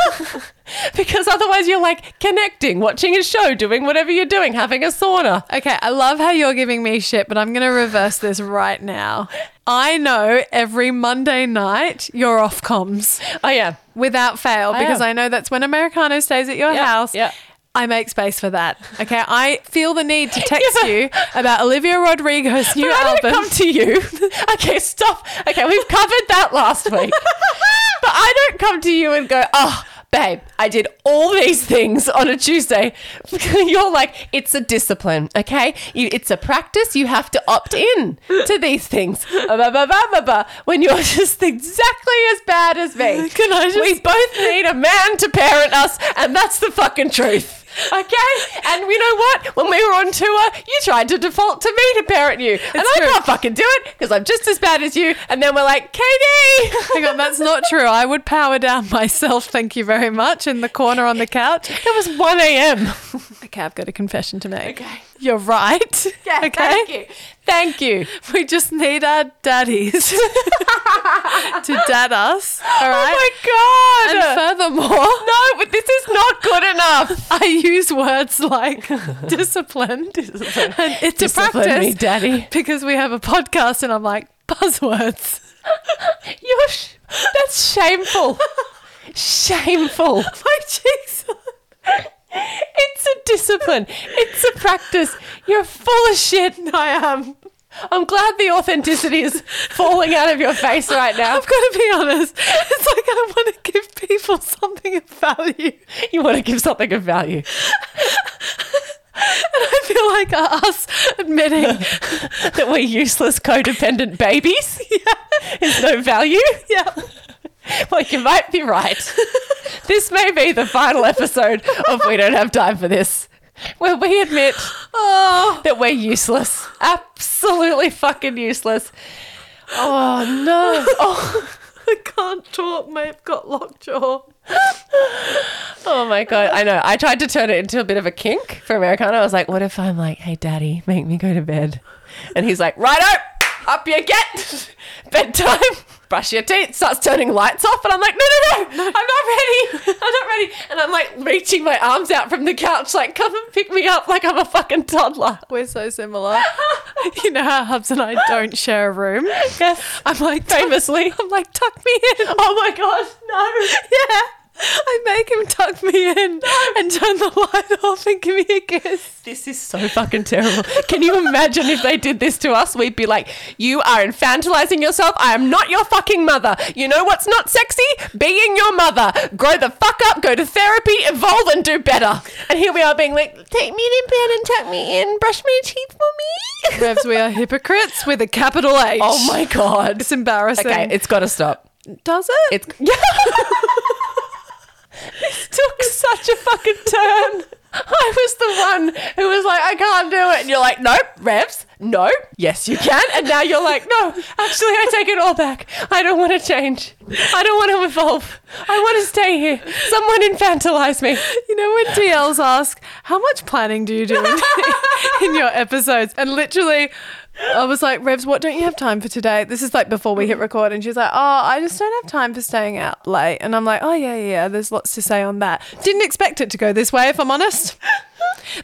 Speaker 3: because otherwise you're like connecting, watching a show, doing whatever you're doing, having a sauna.
Speaker 4: Okay, I love how you're giving me shit, but I'm going to reverse this right now. I know every Monday night you're off comms.
Speaker 3: Oh yeah.
Speaker 4: without fail
Speaker 3: I
Speaker 4: because
Speaker 3: am.
Speaker 4: I know that's when Americano stays at your
Speaker 3: Yeah,
Speaker 4: house.
Speaker 3: yeah.
Speaker 4: I make space for that. Okay, I feel the need to text you about Olivia Rodrigo's new
Speaker 3: But how did it
Speaker 4: album.
Speaker 3: come to you? okay, stop. Okay, we've covered that last week. but I don't come to you and go, oh, babe, I did all these things on a Tuesday. You're like, it's a discipline, okay? You, it's a practice. You have to opt in to these things. Ba, ba, ba, ba, ba, When you're just exactly as bad as me.
Speaker 4: Can I just-
Speaker 3: We both need a man to parent us, and that's the fucking truth. Okay? And you know what? When we were on tour, you tried to default to me to parent you. and I
Speaker 4: true.
Speaker 3: can't fucking do it because I'm just as bad as you. And then we're like, Katie!
Speaker 4: Hang on, that's not true. I would power down myself, thank you very much, in the corner on the couch.
Speaker 3: It was 1 a.m.
Speaker 4: Okay, I've got a confession to make. Okay. You're right. okay.
Speaker 3: Thank you. Thank you.
Speaker 4: We just need our daddies to dad us. All right.
Speaker 3: Oh my God.
Speaker 4: And furthermore,
Speaker 3: no, but this is not good enough.
Speaker 4: I use words like discipline. And it's a practice.
Speaker 3: me, daddy.
Speaker 4: because we have a podcast and I'm like, buzzwords.
Speaker 3: You're sh- that's shameful. shameful.
Speaker 4: My cheeks.
Speaker 3: It's a discipline. It's a practice. You're full of shit. I am. I'm glad the authenticity is falling out of your face right now.
Speaker 4: I've got to be honest. It's like I want to give people something of value.
Speaker 3: You want to give something of value.
Speaker 4: And I feel like us admitting,
Speaker 3: That we're useless, codependent babies is no value.
Speaker 4: yeah,
Speaker 3: Well, you might be right. This may be the final episode of We Don't Have Time for This, where we admit
Speaker 4: oh,
Speaker 3: that we're useless. Absolutely fucking useless. Oh, no. Oh.
Speaker 4: I can't talk. My, I've got lockjaw.
Speaker 3: Oh my god, I know. I tried to turn it into a bit of a kink for Americano. I was like, what if I'm like, hey daddy, make me go to bed? And he's like, righto, up you get. Bedtime. Brush your teeth, starts turning lights off, and I'm like, no, no, no, I'm not ready. I'm not ready. And I'm like reaching my arms out from the couch, like, come and pick me up like I'm a fucking toddler.
Speaker 4: We're so similar. you know how Hubs and I don't share a room. Yes. I'm like famously. I'm like tuck me in.
Speaker 3: Oh my god, no.
Speaker 4: Yeah. I make him tuck me in and turn the light off and give me a kiss.
Speaker 3: This is so fucking terrible. Can you imagine if they did this to us? We'd be like, you are infantilizing yourself. I am not your fucking mother. You know what's not sexy? Being your mother. Grow the fuck up, go to therapy, evolve, and do better. And here we are being like, take me to bed and tuck me in, brush my teeth for me.
Speaker 4: Revs, we are hypocrites with a capital H.
Speaker 3: oh my God.
Speaker 4: It's embarrassing.
Speaker 3: Okay, it's got to stop.
Speaker 4: Does it?
Speaker 3: It's. Yeah! this took such a fucking turn. I was the one who was like, I can't do it. And you're like, nope, Revs, no, yes, you can. And now you're like, no, actually, I take it all back. I don't want to change. I don't want to evolve. I want to stay here. Someone infantilize me.
Speaker 4: You know when DLs ask, how much planning do you do in, in your episodes? And literally, I was like, Revs, what don't you have time for today? This is like before we hit record. And she's like, oh, I just don't have time for staying out late. And I'm like, oh, yeah, yeah, yeah, there's lots to say on that. Didn't expect it to go this way, if I'm honest.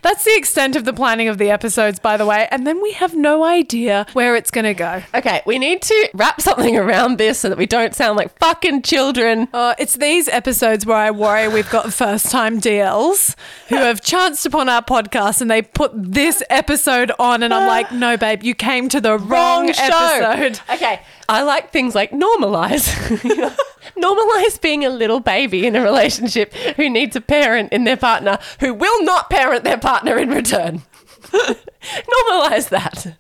Speaker 4: That's the extent of the planning of the episodes, by the way. And then we have no idea where it's going to go.
Speaker 3: Okay, we need to wrap something around this so that we don't sound like fucking children.
Speaker 4: Uh, it's these episodes where I worry we've got first time DLs who have chanced upon our podcast and they put this episode on, and I'm like, no, babe, you came to the wrong, episode.
Speaker 3: Okay. I like things like normalize. normalize being a little baby in a relationship who needs a parent in their partner who will not parent their partner in return. normalize that.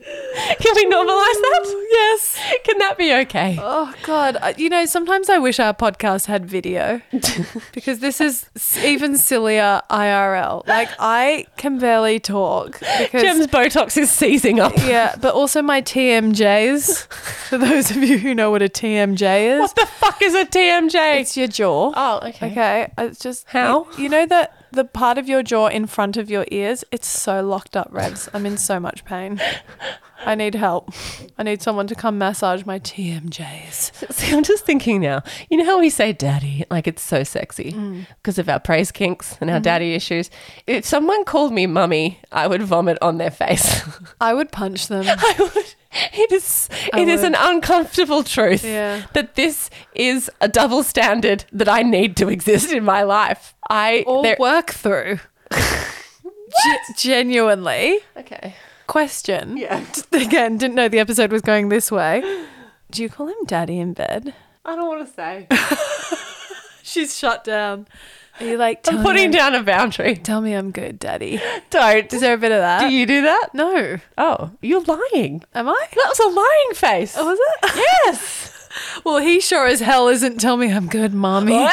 Speaker 3: Can we normalize that?
Speaker 4: Yes.
Speaker 3: Can that be okay?
Speaker 4: Oh, God. I- You know, sometimes I wish our podcast had video because this is s- even sillier IRL. Like, I can barely talk because.
Speaker 3: Jem's Botox is seizing up.
Speaker 4: Yeah, but also my TMJs. For those of you who know what a TMJ is,
Speaker 3: What the fuck is a TMJ?
Speaker 4: it's your jaw.
Speaker 3: oh, okay.
Speaker 4: Okay, it's just
Speaker 3: How?
Speaker 4: you, you know that the part of your jaw in front of your ears. It's so locked up, Revs. I'm in so much pain. I need help. I need someone to come massage my TMJs.
Speaker 3: See, I'm just thinking now. You know how we say daddy? Like it's so sexy
Speaker 4: Mm.
Speaker 3: because of our praise kinks
Speaker 4: Mm-hmm.
Speaker 3: and our daddy issues. If someone called me mummy, I would vomit on their face.
Speaker 4: I would punch them.
Speaker 3: I would. It is.
Speaker 4: I
Speaker 3: it is an
Speaker 4: would.
Speaker 3: uncomfortable truth
Speaker 4: Yeah.
Speaker 3: that this is a double standard that I need to exist in my life. I
Speaker 4: Or
Speaker 3: there-
Speaker 4: work through. Ge- genuinely.
Speaker 3: okay.
Speaker 4: Question. Yeah. Again, didn't know the episode was going this way. Do you call him daddy in bed?
Speaker 3: I don't want to say.
Speaker 4: She's shut down. Are you like, tell,
Speaker 3: I'm
Speaker 4: me,
Speaker 3: putting
Speaker 4: I'm,
Speaker 3: down a boundary.
Speaker 4: tell me I'm good, daddy?
Speaker 3: Don't.
Speaker 4: Is there a bit of that?
Speaker 3: Do you do that?
Speaker 4: no.
Speaker 3: Oh, you're lying.
Speaker 4: Am I?
Speaker 3: That was a lying face.
Speaker 4: Was it?
Speaker 3: Yes.
Speaker 4: Well, he sure as hell isn't tell me I'm good, mommy.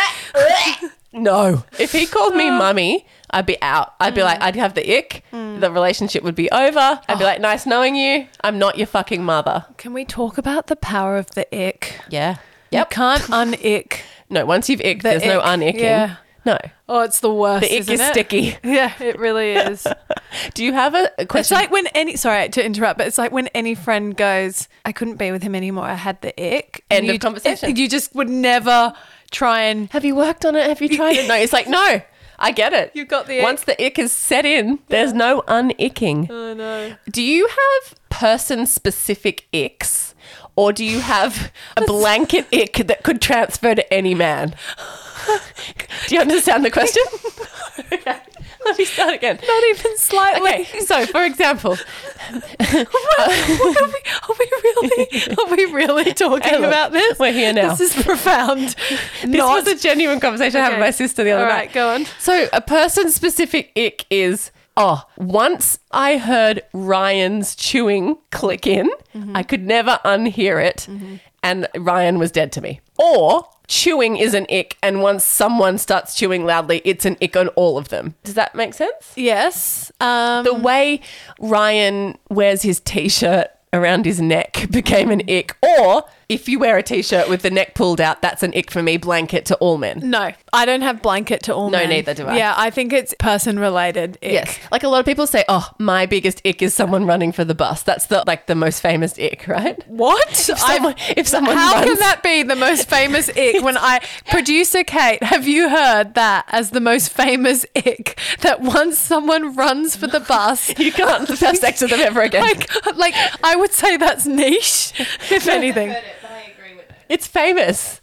Speaker 3: no. If he called me mummy, I'd be out. I'd be like, I'd have the ick. The relationship would be over. I'd be like, nice knowing you. I'm not your fucking mother.
Speaker 4: Can we talk about the power of the ick?
Speaker 3: Yeah.
Speaker 4: You can't unick.
Speaker 3: No, once you've icked, there's no
Speaker 4: ick,
Speaker 3: unicking.
Speaker 4: yeah.
Speaker 3: No.
Speaker 4: Oh, it's the worst.
Speaker 3: The ick
Speaker 4: isn't
Speaker 3: is
Speaker 4: it?
Speaker 3: sticky.
Speaker 4: Yeah, it really is.
Speaker 3: Do you have a, a
Speaker 4: it's
Speaker 3: question?
Speaker 4: like when any sorry to interrupt, but it's like when any friend goes, I couldn't be with him anymore. I had the ick.
Speaker 3: End
Speaker 4: And
Speaker 3: of
Speaker 4: you-
Speaker 3: conversation.
Speaker 4: You just would never try and
Speaker 3: have you worked on it? Have you tried it? No, it's like, no. I get it.
Speaker 4: You've got the ick.
Speaker 3: Once the ick Mm. is set in, there's no unicking.
Speaker 4: I know.
Speaker 3: Do you have person specific icks or do you have a blanket ick that could transfer to any man? do you understand the question? okay. Let me start again.
Speaker 4: Not even slightly.
Speaker 3: Okay, so for example,
Speaker 4: are, we, are we really are we really talking
Speaker 3: Hey, look,
Speaker 4: about this?
Speaker 3: we're here now.
Speaker 4: This is profound.
Speaker 3: this was a genuine conversation I had with
Speaker 4: Okay.
Speaker 3: my sister the other
Speaker 4: All
Speaker 3: night.
Speaker 4: right, go on.
Speaker 3: So a person specific ick is oh, once I heard Ryan's chewing click in,
Speaker 4: Mm-hmm.
Speaker 3: I could never unhear it, and Ryan was dead to me. Or chewing is an ick, and once someone starts chewing loudly, it's an ick on all of them. Does that make sense?
Speaker 4: yes. Um
Speaker 3: The way Ryan wears his t shirt around his neck became an ick, or if you wear a t-shirt with the neck pulled out, that's an ick for me blanket to all men.
Speaker 4: No, I don't have blanket to all
Speaker 3: No,
Speaker 4: men.
Speaker 3: neither do I.
Speaker 4: Yeah, I think it's person related. Ick.
Speaker 3: Yes. Like a lot of people say, "Oh, my biggest ick is someone running for the bus." That's the like the most famous ick, right?
Speaker 4: What?
Speaker 3: If someone, if someone
Speaker 4: How
Speaker 3: runs,
Speaker 4: can that be the most famous ick when I producer Kate, have you heard that as the most famous ick that once someone runs for the bus
Speaker 3: you can't have sex with them ever again.
Speaker 4: like like I would say that's niche if anything.
Speaker 3: it's famous.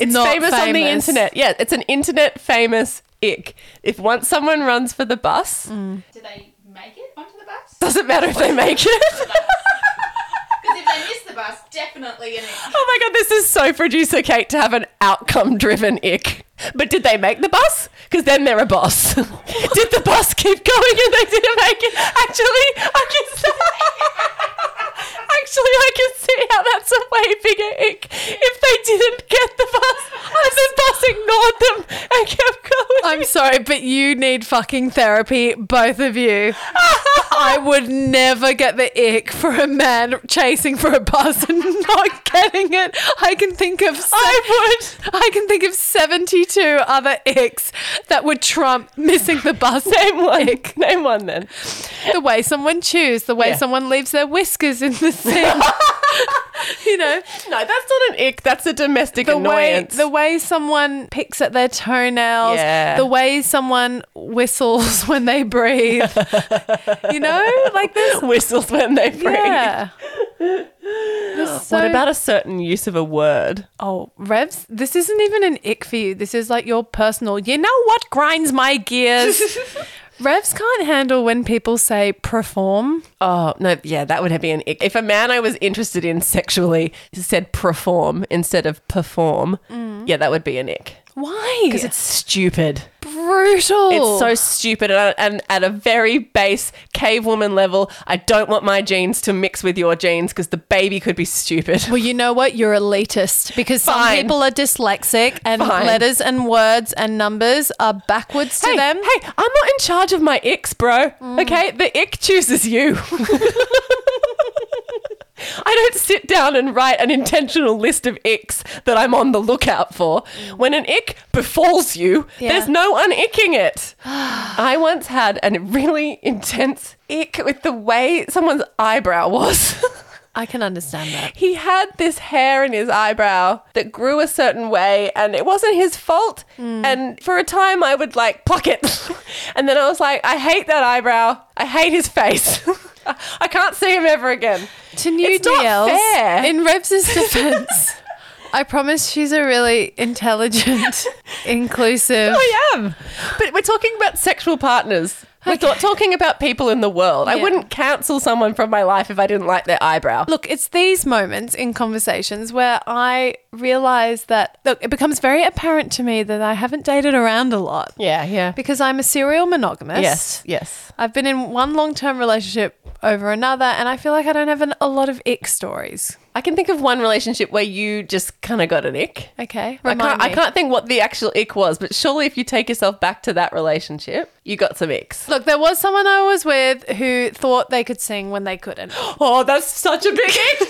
Speaker 3: It's
Speaker 4: not
Speaker 3: famous, on the internet. Yeah, it's an internet famous ick. If once someone runs for the bus,
Speaker 4: Mm.
Speaker 2: Do they make it onto the bus?
Speaker 3: doesn't matter if they make it.
Speaker 2: Because if they miss the bus, definitely an ick.
Speaker 3: oh my god, this is so producer Kate to have an outcome driven ick. But did they make the bus? Because then they're a boss. did the bus keep going and they didn't make it? Actually, I can Actually, I can see how that's a way bigger ick. If they didn't get the bus, and the bus ignored them and kept going.
Speaker 4: I'm sorry, but you need fucking therapy, both of you. I would never get the ick for a man chasing for a bus and not getting it. I can think of se- I would. I can think of 72 other icks that would trump missing the bus.
Speaker 3: Name one. Name one then.
Speaker 4: the way someone chews, the way
Speaker 3: Yeah.
Speaker 4: someone leaves their whiskers in the sink. you know,
Speaker 3: No, that's not an ick. That's a domestic
Speaker 4: the way
Speaker 3: annoyance.
Speaker 4: the way someone picks at their toenails,
Speaker 3: Yeah.
Speaker 4: the way someone whistles when they breathe. you know, like this.
Speaker 3: whistles when they breathe.
Speaker 4: Yeah.
Speaker 3: What about a certain use of a word?
Speaker 4: Oh, Revs, this isn't even an ick for you. This is like your personal. You know what grinds my gears? Revs can't handle when people say perform.
Speaker 3: Oh no, yeah, that would be an ick. If a man I was interested in sexually said perform instead of perform, yeah, that would be an ick.
Speaker 4: Why?
Speaker 3: Because it's stupid.
Speaker 4: brutal.
Speaker 3: It's so stupid, and, and at a very base cave woman level, I don't want my genes to mix with your genes because the baby could be stupid.
Speaker 4: Well, you know what? You're elitist because some
Speaker 3: Fine.
Speaker 4: people are dyslexic and
Speaker 3: Fine.
Speaker 4: letters and words and numbers are backwards to
Speaker 3: hey,
Speaker 4: them. Mm.
Speaker 3: Hey, I'm not in charge of my icks, bro. Okay, the ick chooses you. I don't sit down and write an intentional list of icks that I'm on the lookout for. When an ick befalls you,
Speaker 4: Mm. Yeah.
Speaker 3: there's no unicking it. I once had a really intense ick with the way someone's eyebrow was.
Speaker 4: I can understand that.
Speaker 3: he had this hair in his eyebrow that grew a certain way and it wasn't his fault and for a time i would like pluck it and then i was like i hate that eyebrow i hate his face i can't see him ever again
Speaker 4: To new
Speaker 3: It's not
Speaker 4: DLs,
Speaker 3: fair.
Speaker 4: in Revs' defense, I promise she's a really intelligent, inclusive.
Speaker 3: i am but we're talking about sexual partners we're
Speaker 4: Okay.
Speaker 3: ta- talking about people in the world i
Speaker 4: Yeah.
Speaker 3: wouldn't cancel someone from my life if i didn't like their eyebrow
Speaker 4: Look, it's these moments in conversations where I realize that, look, it becomes very apparent to me that I haven't dated around a lot
Speaker 3: yeah yeah
Speaker 4: because I'm a serial monogamist.
Speaker 3: yes yes
Speaker 4: I've been in one long term relationship over another, and I feel like I don't have an, a lot of ick stories.
Speaker 3: i can think of one relationship where you just kind of got an ick
Speaker 4: Okay.
Speaker 3: I can't,
Speaker 4: Remind
Speaker 3: I
Speaker 4: me.
Speaker 3: can't think what the actual ick was, but surely if you take yourself back to that relationship, you got some icks.
Speaker 4: Look, there was someone I was with who thought they could sing when they couldn't.
Speaker 3: Oh, that's such a big ick.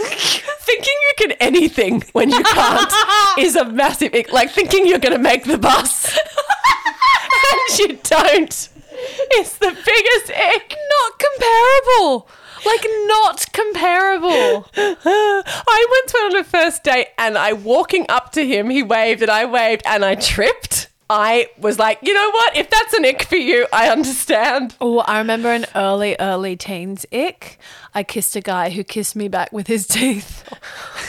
Speaker 3: thinking you can anything when you can't is a massive ick. Like thinking you're going to make the bus and you don't. It's the biggest ick.
Speaker 4: Not comparable. Like, not comparable.
Speaker 3: I once went on a first date and I walking up to him, he waved and I waved and I tripped. I was like, you know what? If that's an ick for you, I understand.
Speaker 4: Oh, I remember an early, early teens ick. I kissed a guy who kissed me back with his teeth.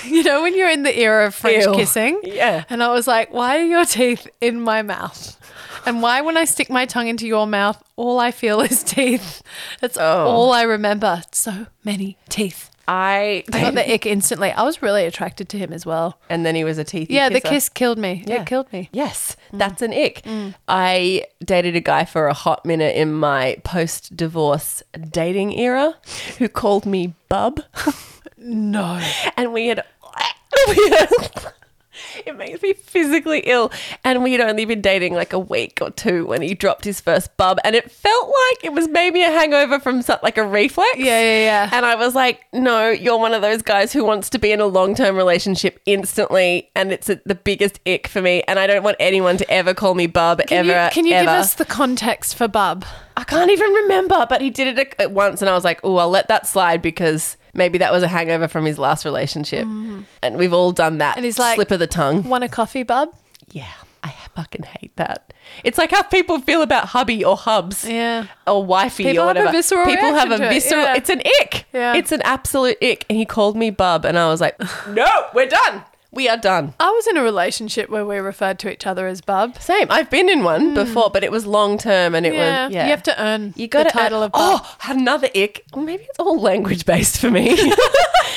Speaker 4: you know, when you're in the era of French
Speaker 3: Ew.
Speaker 4: kissing?
Speaker 3: Yeah.
Speaker 4: And I was like, why are your teeth in my mouth? And why, when I stick my tongue into your mouth, all I feel is teeth? That's
Speaker 3: Oh.
Speaker 4: all I remember. So many teeth.
Speaker 3: I,
Speaker 4: I got the ick instantly. I was really attracted to him as well.
Speaker 3: and then he was a teeth.
Speaker 4: Yeah, the kiss Mm. killed me. It killed me.
Speaker 3: Yes, that's an ick. I dated a guy for a hot minute in my post-divorce dating era, who called me bub,
Speaker 4: No.
Speaker 3: and we had we had, It makes me physically ill. And we had only been dating like a week or two when he dropped his first bub, and it felt like it was maybe a hangover from so- like a reflex.
Speaker 4: Yeah, yeah, yeah.
Speaker 3: And I was like, no, you're one of those guys who wants to be in a long term relationship instantly, and it's the biggest ick for me. And I don't want anyone to ever call me bub
Speaker 4: Can
Speaker 3: ever.
Speaker 4: you, can you give
Speaker 3: ever.
Speaker 4: us the context for Bub?
Speaker 3: I can't even remember, but he did it at once, and I was like, "Oh, I'll let that slide because maybe that was a hangover from his last relationship." And we've all done that.
Speaker 4: Mm-hmm. And he's like-
Speaker 3: "Slip of the tongue."
Speaker 4: Want a coffee, Bub?
Speaker 3: Yeah, I fucking hate that. It's like how people feel about hubby or hubs,
Speaker 4: Yeah.
Speaker 3: or wifey
Speaker 4: People
Speaker 3: or
Speaker 4: have a
Speaker 3: whatever.
Speaker 4: visceral
Speaker 3: people have
Speaker 4: reaction
Speaker 3: a
Speaker 4: to it,
Speaker 3: visceral.
Speaker 4: yeah.
Speaker 3: It's an ick.
Speaker 4: Yeah.
Speaker 3: it's an absolute ick. And he called me bub, and I was like, "No, we're done. We are done."
Speaker 4: I was in a relationship where we referred to each other as Bub.
Speaker 3: Same. I've been in one before, but it was long term, and it
Speaker 4: Mm. Yeah.
Speaker 3: was yeah.
Speaker 4: You have to earn
Speaker 3: You got
Speaker 4: the title of Bub.
Speaker 3: Oh, had another ick. Well, maybe it's all language based for me.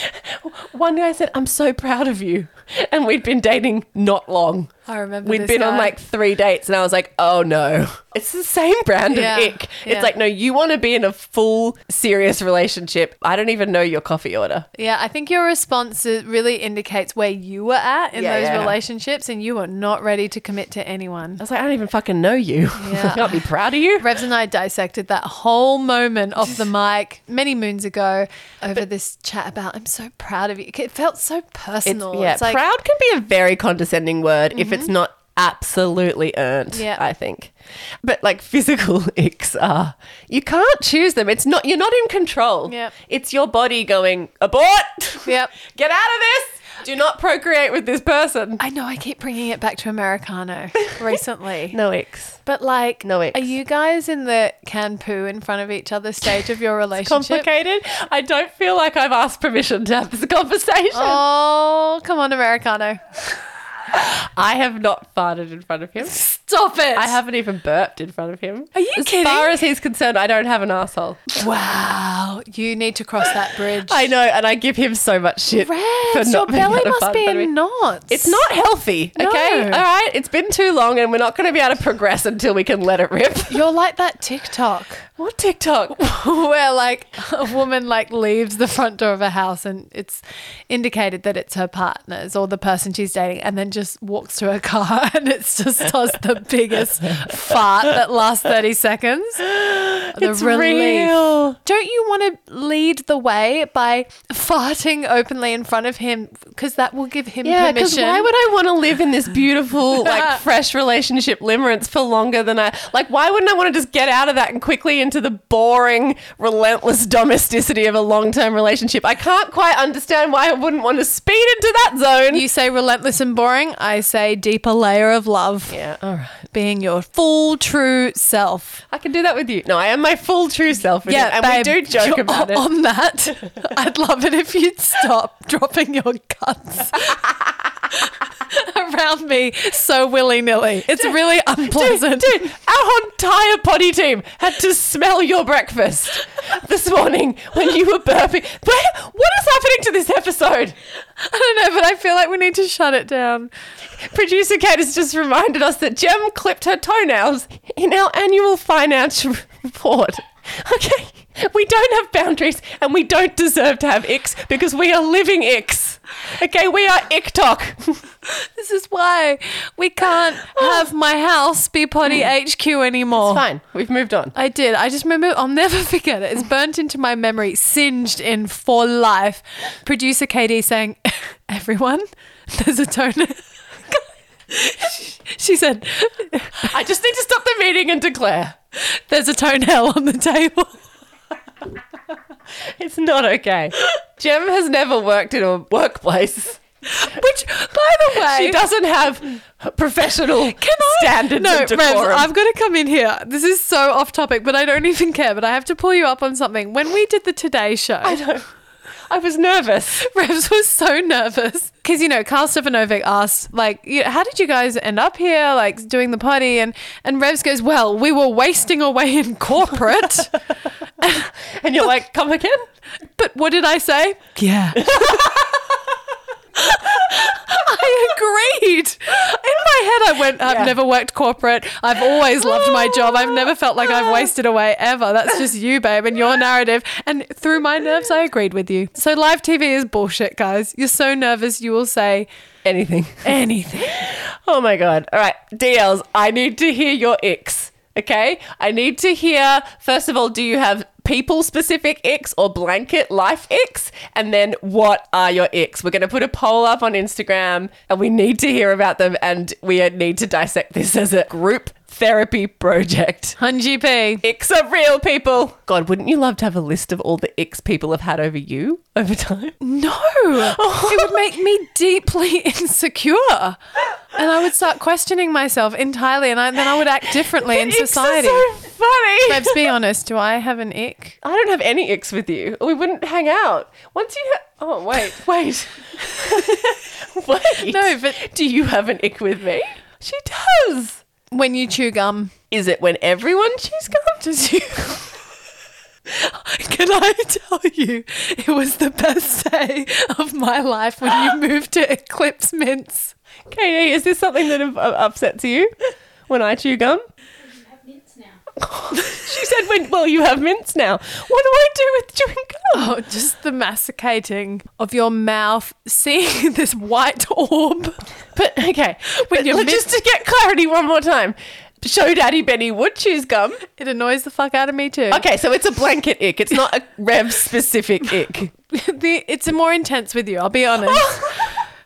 Speaker 3: One guy said, "I'm so proud of you," and we'd been dating not long.
Speaker 4: I remember
Speaker 3: We'd
Speaker 4: this
Speaker 3: been on
Speaker 4: guy.
Speaker 3: like three dates, and I was like, "Oh no, it's the same brand
Speaker 4: Yeah,
Speaker 3: of ick."
Speaker 4: yeah.
Speaker 3: It's like, no, you want to be in a full serious relationship. I don't even know your coffee order.
Speaker 4: Yeah, I think your response is- really indicates where you were at in
Speaker 3: Yeah,
Speaker 4: those
Speaker 3: yeah.
Speaker 4: relationships and you are not ready to commit to anyone.
Speaker 3: I was like, I don't even fucking know you.
Speaker 4: Yeah.
Speaker 3: I can't be proud of you.
Speaker 4: Revs and I dissected that whole moment off the mic many moons ago over this chat about I'm so proud of you. It felt so
Speaker 3: It's,
Speaker 4: personal.
Speaker 3: yeah,
Speaker 4: It's like, Mm-hmm.
Speaker 3: proud can be a very condescending word if it's not absolutely earned.
Speaker 4: Yeah.
Speaker 3: I think. But like physical icks are, you can't choose them. It's not you're not in control.
Speaker 4: Yep.
Speaker 3: it's your body going abort.
Speaker 4: Yep.
Speaker 3: get out of this. Do not procreate with this person.
Speaker 4: I know I keep bringing it back to Americano recently.
Speaker 3: No icks.
Speaker 4: But like,
Speaker 3: No
Speaker 4: are
Speaker 3: ex.
Speaker 4: you guys in the can poo in front of each other stage of your relationship?
Speaker 3: Complicated. I don't feel like I've asked permission to have this conversation.
Speaker 4: Oh, come on, Americano.
Speaker 3: I have not farted in front of him.
Speaker 4: Stop it.
Speaker 3: I haven't even burped in front of him. Are
Speaker 4: you
Speaker 3: as
Speaker 4: kidding?
Speaker 3: far as he's concerned, I don't have an asshole.
Speaker 4: Wow. You need to cross that bridge.
Speaker 3: I know, and I give him so much shit for
Speaker 4: Revs, your
Speaker 3: not being
Speaker 4: belly
Speaker 3: able to
Speaker 4: must
Speaker 3: fart
Speaker 4: be
Speaker 3: front of
Speaker 4: in
Speaker 3: me.
Speaker 4: knots.
Speaker 3: It's not healthy, okay?
Speaker 4: No.
Speaker 3: All right, it's been too long, and we're not going to be able to progress until we can let it rip.
Speaker 4: You're like that TikTok
Speaker 3: What TikTok?
Speaker 4: where like a woman like leaves the front door of a house and it's indicated that it's her partner's or the person she's dating and then just walks to her car and it's just does the biggest fart that lasts 30 seconds. The
Speaker 3: It's real.
Speaker 4: Don't you want to lead the way by farting openly in front of him because that will give him
Speaker 3: Yeah, because
Speaker 4: permission?
Speaker 3: why would I want to live in this beautiful, like, fresh relationship limerence for longer than I? Like, why wouldn't I want to just get out of that and quickly into the boring, relentless domesticity of a long-term relationship? I can't quite understand why I wouldn't want to speed into that zone.
Speaker 4: You say relentless and boring. I say deeper layer of love.
Speaker 3: yeah, uh, all right.
Speaker 4: Being your full, true self.
Speaker 3: I can do that with you. No, I am my full true self. in it, and we
Speaker 4: babe,
Speaker 3: do joke
Speaker 4: you're
Speaker 3: about it.
Speaker 4: On that, I'd love it if you'd stop dropping your guns around me so willy nilly. It's really unpleasant.
Speaker 3: Dude, our entire potty team had to smell your breakfast this morning when you were burping. Where, what is happening to this episode?
Speaker 4: I don't know, but I feel like we need to shut it down.
Speaker 3: Producer Kate has just reminded us that Jem clipped her toenails in our annual financial report. Okay, we don't have boundaries and we don't deserve to have icks because we are living icks. Okay, we are icktock.
Speaker 4: This is why we can't have my house be potty HQ anymore.
Speaker 3: Fine, we've moved on.
Speaker 4: I did. I just remember, I'll never forget it. It's burnt into my memory, singed in for life. Producer Katie saying, Everyone, there's a toner. she said,
Speaker 3: I just need to stop the meeting and declare.
Speaker 4: There's a toenail on the table.
Speaker 3: It's not okay. Jem has never worked in a workplace.
Speaker 4: Which, by the way,
Speaker 3: She doesn't have professional standards
Speaker 4: no,
Speaker 3: of
Speaker 4: Revs,
Speaker 3: decorum.
Speaker 4: I've got to come in here. This is so off topic, but I don't even care. But I have to pull you up on something. When we did the Today Show,
Speaker 3: I don't- I was nervous.
Speaker 4: Revs was so nervous because you know Carl Stefanovic asked like, you "How did you guys end up here, like doing the party?" and and Revs goes, "Well, we were wasting away in corporate."
Speaker 3: And you're like, come again?
Speaker 4: but what did I say? Yeah. I agreed. In my head, I went, I've never worked corporate. I've always loved my job. I've never felt like I've wasted away ever. That's just you, babe, and your narrative. And through my nerves, I agreed with you. So live TV is bullshit, guys. You're so nervous, you will say
Speaker 3: Anything.
Speaker 4: anything.
Speaker 3: Oh my god. All right, DLs, I need to hear your icks. Okay? I need to hear first of all, do you have people specific icks or blanket life icks? And then what are your icks? We're going to put a poll up on Instagram and we need to hear about them and we need to dissect this as a group therapy project.
Speaker 4: Hunji P.
Speaker 3: Icks are real people. God, wouldn't you love to have a list of all the icks people have had over you over time?
Speaker 4: No, it would make me deeply insecure. And I would start questioning myself entirely, and I, then I would act differently in
Speaker 3: Icks are
Speaker 4: society.
Speaker 3: so funny.
Speaker 4: Babes, be honest. Do I have an ick?
Speaker 3: I don't have any icks with you. We wouldn't hang out. Once you ha- Oh, wait, wait. wait.
Speaker 4: No, but-
Speaker 3: Do you have an ick with me? She does.
Speaker 4: When you chew gum,
Speaker 3: Is it when everyone chews gum?
Speaker 4: does you? Can I tell you, it was the best day of my life when you moved to Eclipse Mints.
Speaker 3: Katie, is this something that uh, upsets you when I chew gum?
Speaker 2: Have mints now.
Speaker 3: she said, when, well, you have mints now. What do I do with chewing gum?
Speaker 4: Oh, just the masticating of your mouth, seeing this white orb.
Speaker 3: But, okay. But,
Speaker 4: you're
Speaker 3: look,
Speaker 4: mint-
Speaker 3: just to get clarity one more time. Show Daddy Benny would choose gum.
Speaker 4: It annoys the fuck out of me too.
Speaker 3: Okay, so it's a blanket ick. It's not a Rev specific ick.
Speaker 4: the, it's more intense with you, I'll be honest.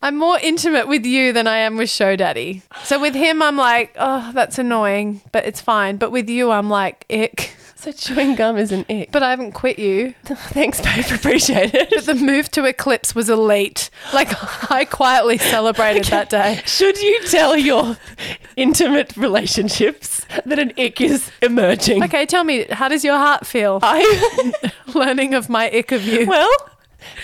Speaker 4: I'm more intimate with you than I am with Show Daddy. So with him, I'm like, oh, that's annoying, but it's fine. But with you, I'm like, ick.
Speaker 3: So chewing gum is an ick.
Speaker 4: But I haven't quit you.
Speaker 3: Thanks, babe. Appreciate it.
Speaker 4: But the move to Eclipse was elite. Like, I quietly celebrated that day.
Speaker 3: Should you tell your intimate relationships that an ick is emerging?
Speaker 4: Okay, tell me, how does your heart feel?
Speaker 3: I
Speaker 4: Learning of my ick of you.
Speaker 3: Uh, well,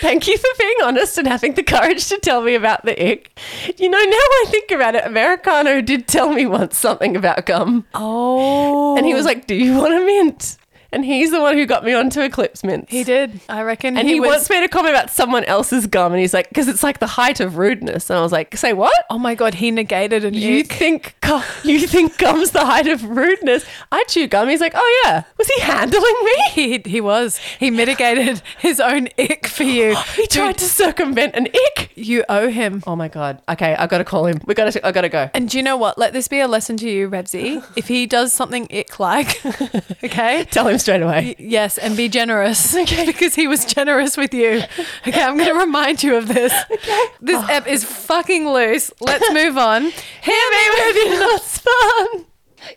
Speaker 3: thank you for being honest and having the courage to tell me about the ick. You know, now I think about it, Americano did tell me once something about gum,
Speaker 4: Oh.
Speaker 3: and he was like, "Do you want a mint?" And he's the one who got me onto Eclipse mints.
Speaker 4: he did. I reckon
Speaker 3: And
Speaker 4: he,
Speaker 3: he,
Speaker 4: was.
Speaker 3: once made a comment about someone else's gum, and he's like, "Because it's like the height of rudeness." And I was like, "Say what?"
Speaker 4: oh my God, he negated an
Speaker 3: You
Speaker 4: ick.
Speaker 3: think gu- you think gum's the height of rudeness? I chew gum. He's like, oh yeah. Was he handling me?
Speaker 4: He, he was. He mitigated his own ick for you.
Speaker 3: He tried to circumvent an ick.
Speaker 4: You owe him.
Speaker 3: Oh my god. Okay, I gotta call him. We gotta. I gotta go.
Speaker 4: And do you know what? Let this be a lesson to you, Rebsy. If he does something ick like, okay?
Speaker 3: Tell him straight away.
Speaker 4: Yes, and be generous. Okay. Because he was generous with you. Okay, I'm going to remind you of this. Okay. This app is fucking loose. Let's move on. Hear me with
Speaker 3: You're not spawn.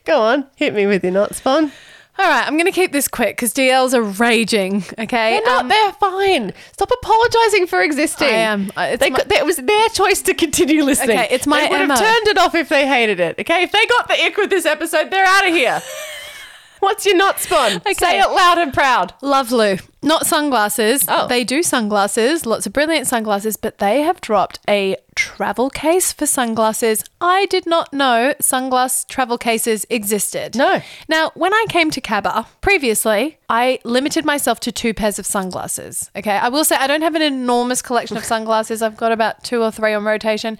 Speaker 3: Go on, hit me with your not spawn.
Speaker 4: All right, I'm going to keep this quick because DLs are raging. Okay.
Speaker 3: They're not.
Speaker 4: Um,
Speaker 3: they're fine. Stop apologising for existing.
Speaker 4: I am. Uh, it's
Speaker 3: They
Speaker 4: my-
Speaker 3: got, that was their choice to continue listening.
Speaker 4: Okay, it's my
Speaker 3: They would
Speaker 4: MO.
Speaker 3: have turned it off if they hated it. Okay, if they got the ick with this episode, they're out of here. What's your not spawn? Say it loud and proud.
Speaker 4: Love Lou. Not sunglasses.
Speaker 3: Oh.
Speaker 4: They do sunglasses, lots of brilliant sunglasses, but they have dropped a travel case for sunglasses. I did not know sunglass travel cases existed.
Speaker 3: No.
Speaker 4: Now, when I came to Cabba previously, I limited myself to two pairs of sunglasses. Okay. I will say I don't have an enormous collection of sunglasses. I've got about two or three on rotation.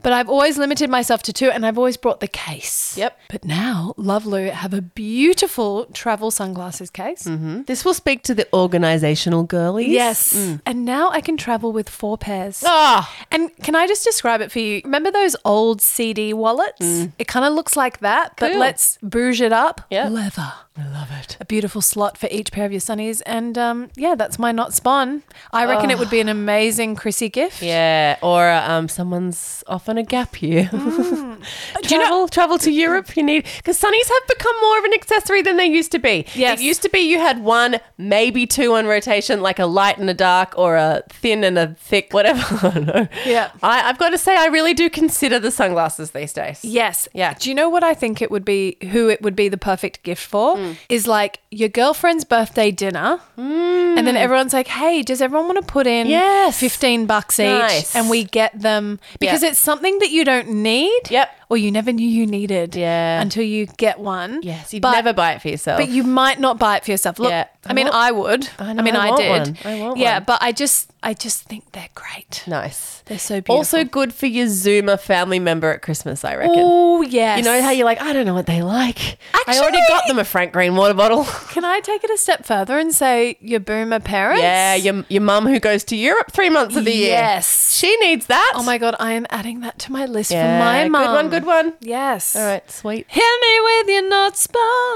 Speaker 4: But I've always limited myself to two and I've always brought the case.
Speaker 3: Yep.
Speaker 4: But now Loveloo have a beautiful travel sunglasses case.
Speaker 3: This will speak to the organisational girlies.
Speaker 4: Yes.
Speaker 3: Mm.
Speaker 4: And now I can travel with four pairs.
Speaker 3: Ah,
Speaker 4: And can I just describe it for you? Remember those old CD wallets? It kind of looks like that,
Speaker 3: Mm.
Speaker 4: but
Speaker 3: Cool.
Speaker 4: let's bouge it up.
Speaker 3: Yeah.
Speaker 4: Leather.
Speaker 3: I love it.
Speaker 4: A beautiful slot for each pair of your sunnies. And um, yeah, that's my not spawn. I reckon it would be an amazing Chrissy gift.
Speaker 3: Oh. Yeah, or uh, um, someone's off on a gap year. Mm. travel, travel to Europe. You need because sunnies have become more of an accessory than they used to be.
Speaker 4: Yes.
Speaker 3: it used to be you had one, maybe two on rotation, like a light and a dark, or a thin and a thick, whatever. I don't know.
Speaker 4: Yeah.
Speaker 3: I, I've got to say, I really do consider the sunglasses these days.
Speaker 4: Yes.
Speaker 3: Yeah.
Speaker 4: Do you know what I think it would be? Who it would be the perfect gift for
Speaker 3: Mm.
Speaker 4: is like your girlfriend's birthday dinner, and then everyone's like, "Hey, does everyone want to put in
Speaker 3: Mm. Yes.
Speaker 4: fifteen bucks each?"
Speaker 3: Nice.
Speaker 4: And we get them because
Speaker 3: Yeah.
Speaker 4: it's something that you don't need.
Speaker 3: Yep.
Speaker 4: or you never knew you needed
Speaker 3: Yeah.
Speaker 4: until you get one.
Speaker 3: Yes, you'd
Speaker 4: But-
Speaker 3: never buy it for yourself.
Speaker 4: But you might not buy it for yourself. Look,
Speaker 3: Yeah.
Speaker 4: I mean,
Speaker 3: I want-
Speaker 4: I would.
Speaker 3: I
Speaker 4: I,
Speaker 3: know,
Speaker 4: mean,
Speaker 3: I
Speaker 4: I,
Speaker 3: want
Speaker 4: did.
Speaker 3: one. I want
Speaker 4: yeah,
Speaker 3: one.
Speaker 4: but I just, I just think they're great.
Speaker 3: nice.
Speaker 4: They're so beautiful.
Speaker 3: Also good for your Zoomer family member at Christmas, I reckon.
Speaker 4: oh yes.
Speaker 3: You know how you're like, I don't know what they like. I already
Speaker 4: Actually-
Speaker 3: got them a Frank Green water bottle.
Speaker 4: Can I take it a step further and say your boomer parents?
Speaker 3: yeah, your, your mum who goes to Europe three months of the year.
Speaker 4: Yes.
Speaker 3: She needs that.
Speaker 4: Oh my god, I am adding that to my list
Speaker 3: Yeah,
Speaker 4: for my mum.
Speaker 3: Good one, good one.
Speaker 4: Yes.
Speaker 3: All right, sweet.
Speaker 4: Hit me with your nuts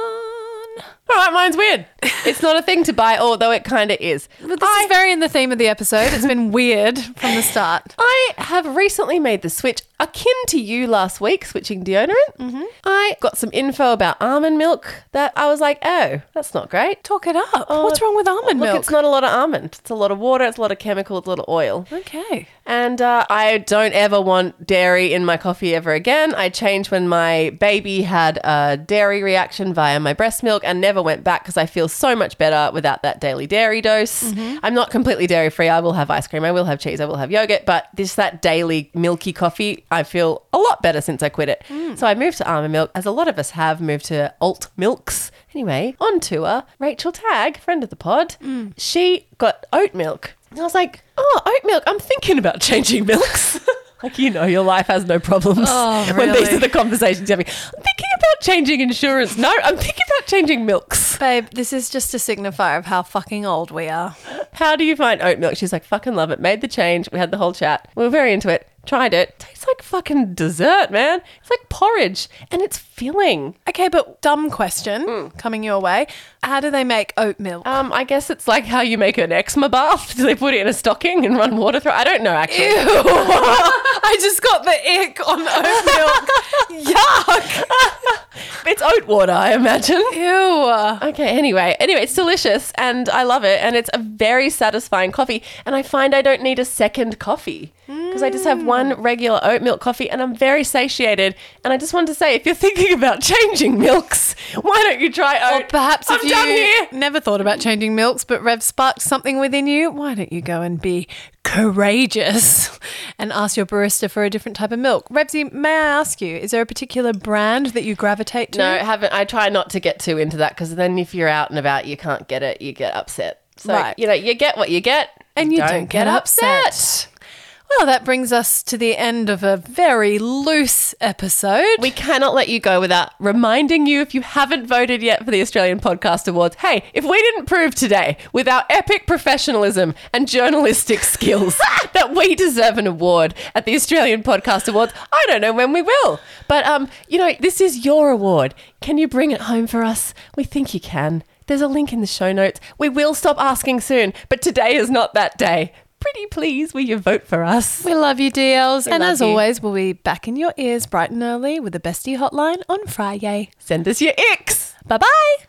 Speaker 4: spawn.
Speaker 3: All right, mine's weird. It's not a thing to buy, although it kind of is.
Speaker 4: But this is very in the theme of the episode. It's been weird from the start.
Speaker 3: I have recently made the switch akin to you last week, switching deodorant.
Speaker 4: Mm-hmm.
Speaker 3: I got some info about almond milk that I was like, oh, that's not great.
Speaker 4: Talk it up. What's wrong with almond
Speaker 3: Look,
Speaker 4: milk?
Speaker 3: it's not a lot of almond. It's a lot of water, it's a lot of chemical, it's a lot of oil.
Speaker 4: okay.
Speaker 3: And uh, I don't ever want dairy in my coffee ever again. I changed when my baby had a dairy reaction via my breast milk and never went back because I feel so much better without that daily dairy dose. I'm not completely dairy free. I will have ice cream, I will have cheese, I will have yogurt, but this that daily milky coffee, I feel a lot better since I quit it. So I moved to almond milk, as a lot of us have moved to alt milks. Anyway, on tour, Rachel Tag, friend of the pod, she got oat milk. And I was like, oh, oat milk. I'm thinking about changing milks. like, you know, your life has no problems when these
Speaker 4: really?
Speaker 3: are the conversations you're having. I'm thinking about changing insurance. No, I'm thinking about changing milks.
Speaker 4: Babe, this is just a signifier of how fucking old we are.
Speaker 3: How do you find oat milk? She's like, fucking love it. Made the change. We had the whole chat. We were very into it. Tried it. Tastes like fucking dessert, man. It's like porridge and it's filling.
Speaker 4: Okay, but dumb question coming your way. How do they make oat milk?
Speaker 3: Um, I guess it's like how you make an eczema bath. Do they put it in a stocking and run water through? I don't know, actually.
Speaker 4: I just got the ick on oat milk. Yuck.
Speaker 3: It's oat water, I imagine.
Speaker 4: Ew.
Speaker 3: Okay, anyway. Anyway, it's delicious and I love it and it's a very satisfying coffee and I find I don't need a second coffee because I just have one regular oat milk coffee and I'm very satiated and I just wanted to say if you're thinking about changing milks, why don't you try
Speaker 4: Or
Speaker 3: oat?
Speaker 4: perhaps
Speaker 3: I'm
Speaker 4: if you
Speaker 3: done here.
Speaker 4: never thought about changing milks, but Rev sparked something within you, why don't you go and be courageous and ask your barista for a different type of milk? Revsy, may I ask you, is there a particular brand that you gravitate to?
Speaker 3: No, I haven't. I try not to get too into that because then if you're out and about, you can't get it, you get upset. So,
Speaker 4: Right.
Speaker 3: you know, you get what you get
Speaker 4: and you don't, get, upset. Well, that brings us to the end of a very loose episode.
Speaker 3: We cannot let you go without reminding you if you haven't voted yet for the Australian Podcast Awards. Hey, if we didn't prove today with our epic professionalism and journalistic skills that we deserve an award at the Australian Podcast Awards, I don't know when we will. But um, you know, this is your award. Can you bring it home for us? We think you can. There's a link in the show notes. We will stop asking soon, but today is not that day. Pretty please will you vote for us?
Speaker 4: We love you, DLs. and
Speaker 3: love
Speaker 4: as
Speaker 3: you.
Speaker 4: always, we'll be back in your ears bright and early with the bestie hotline on Friday.
Speaker 3: Send us your icks.
Speaker 4: Bye bye.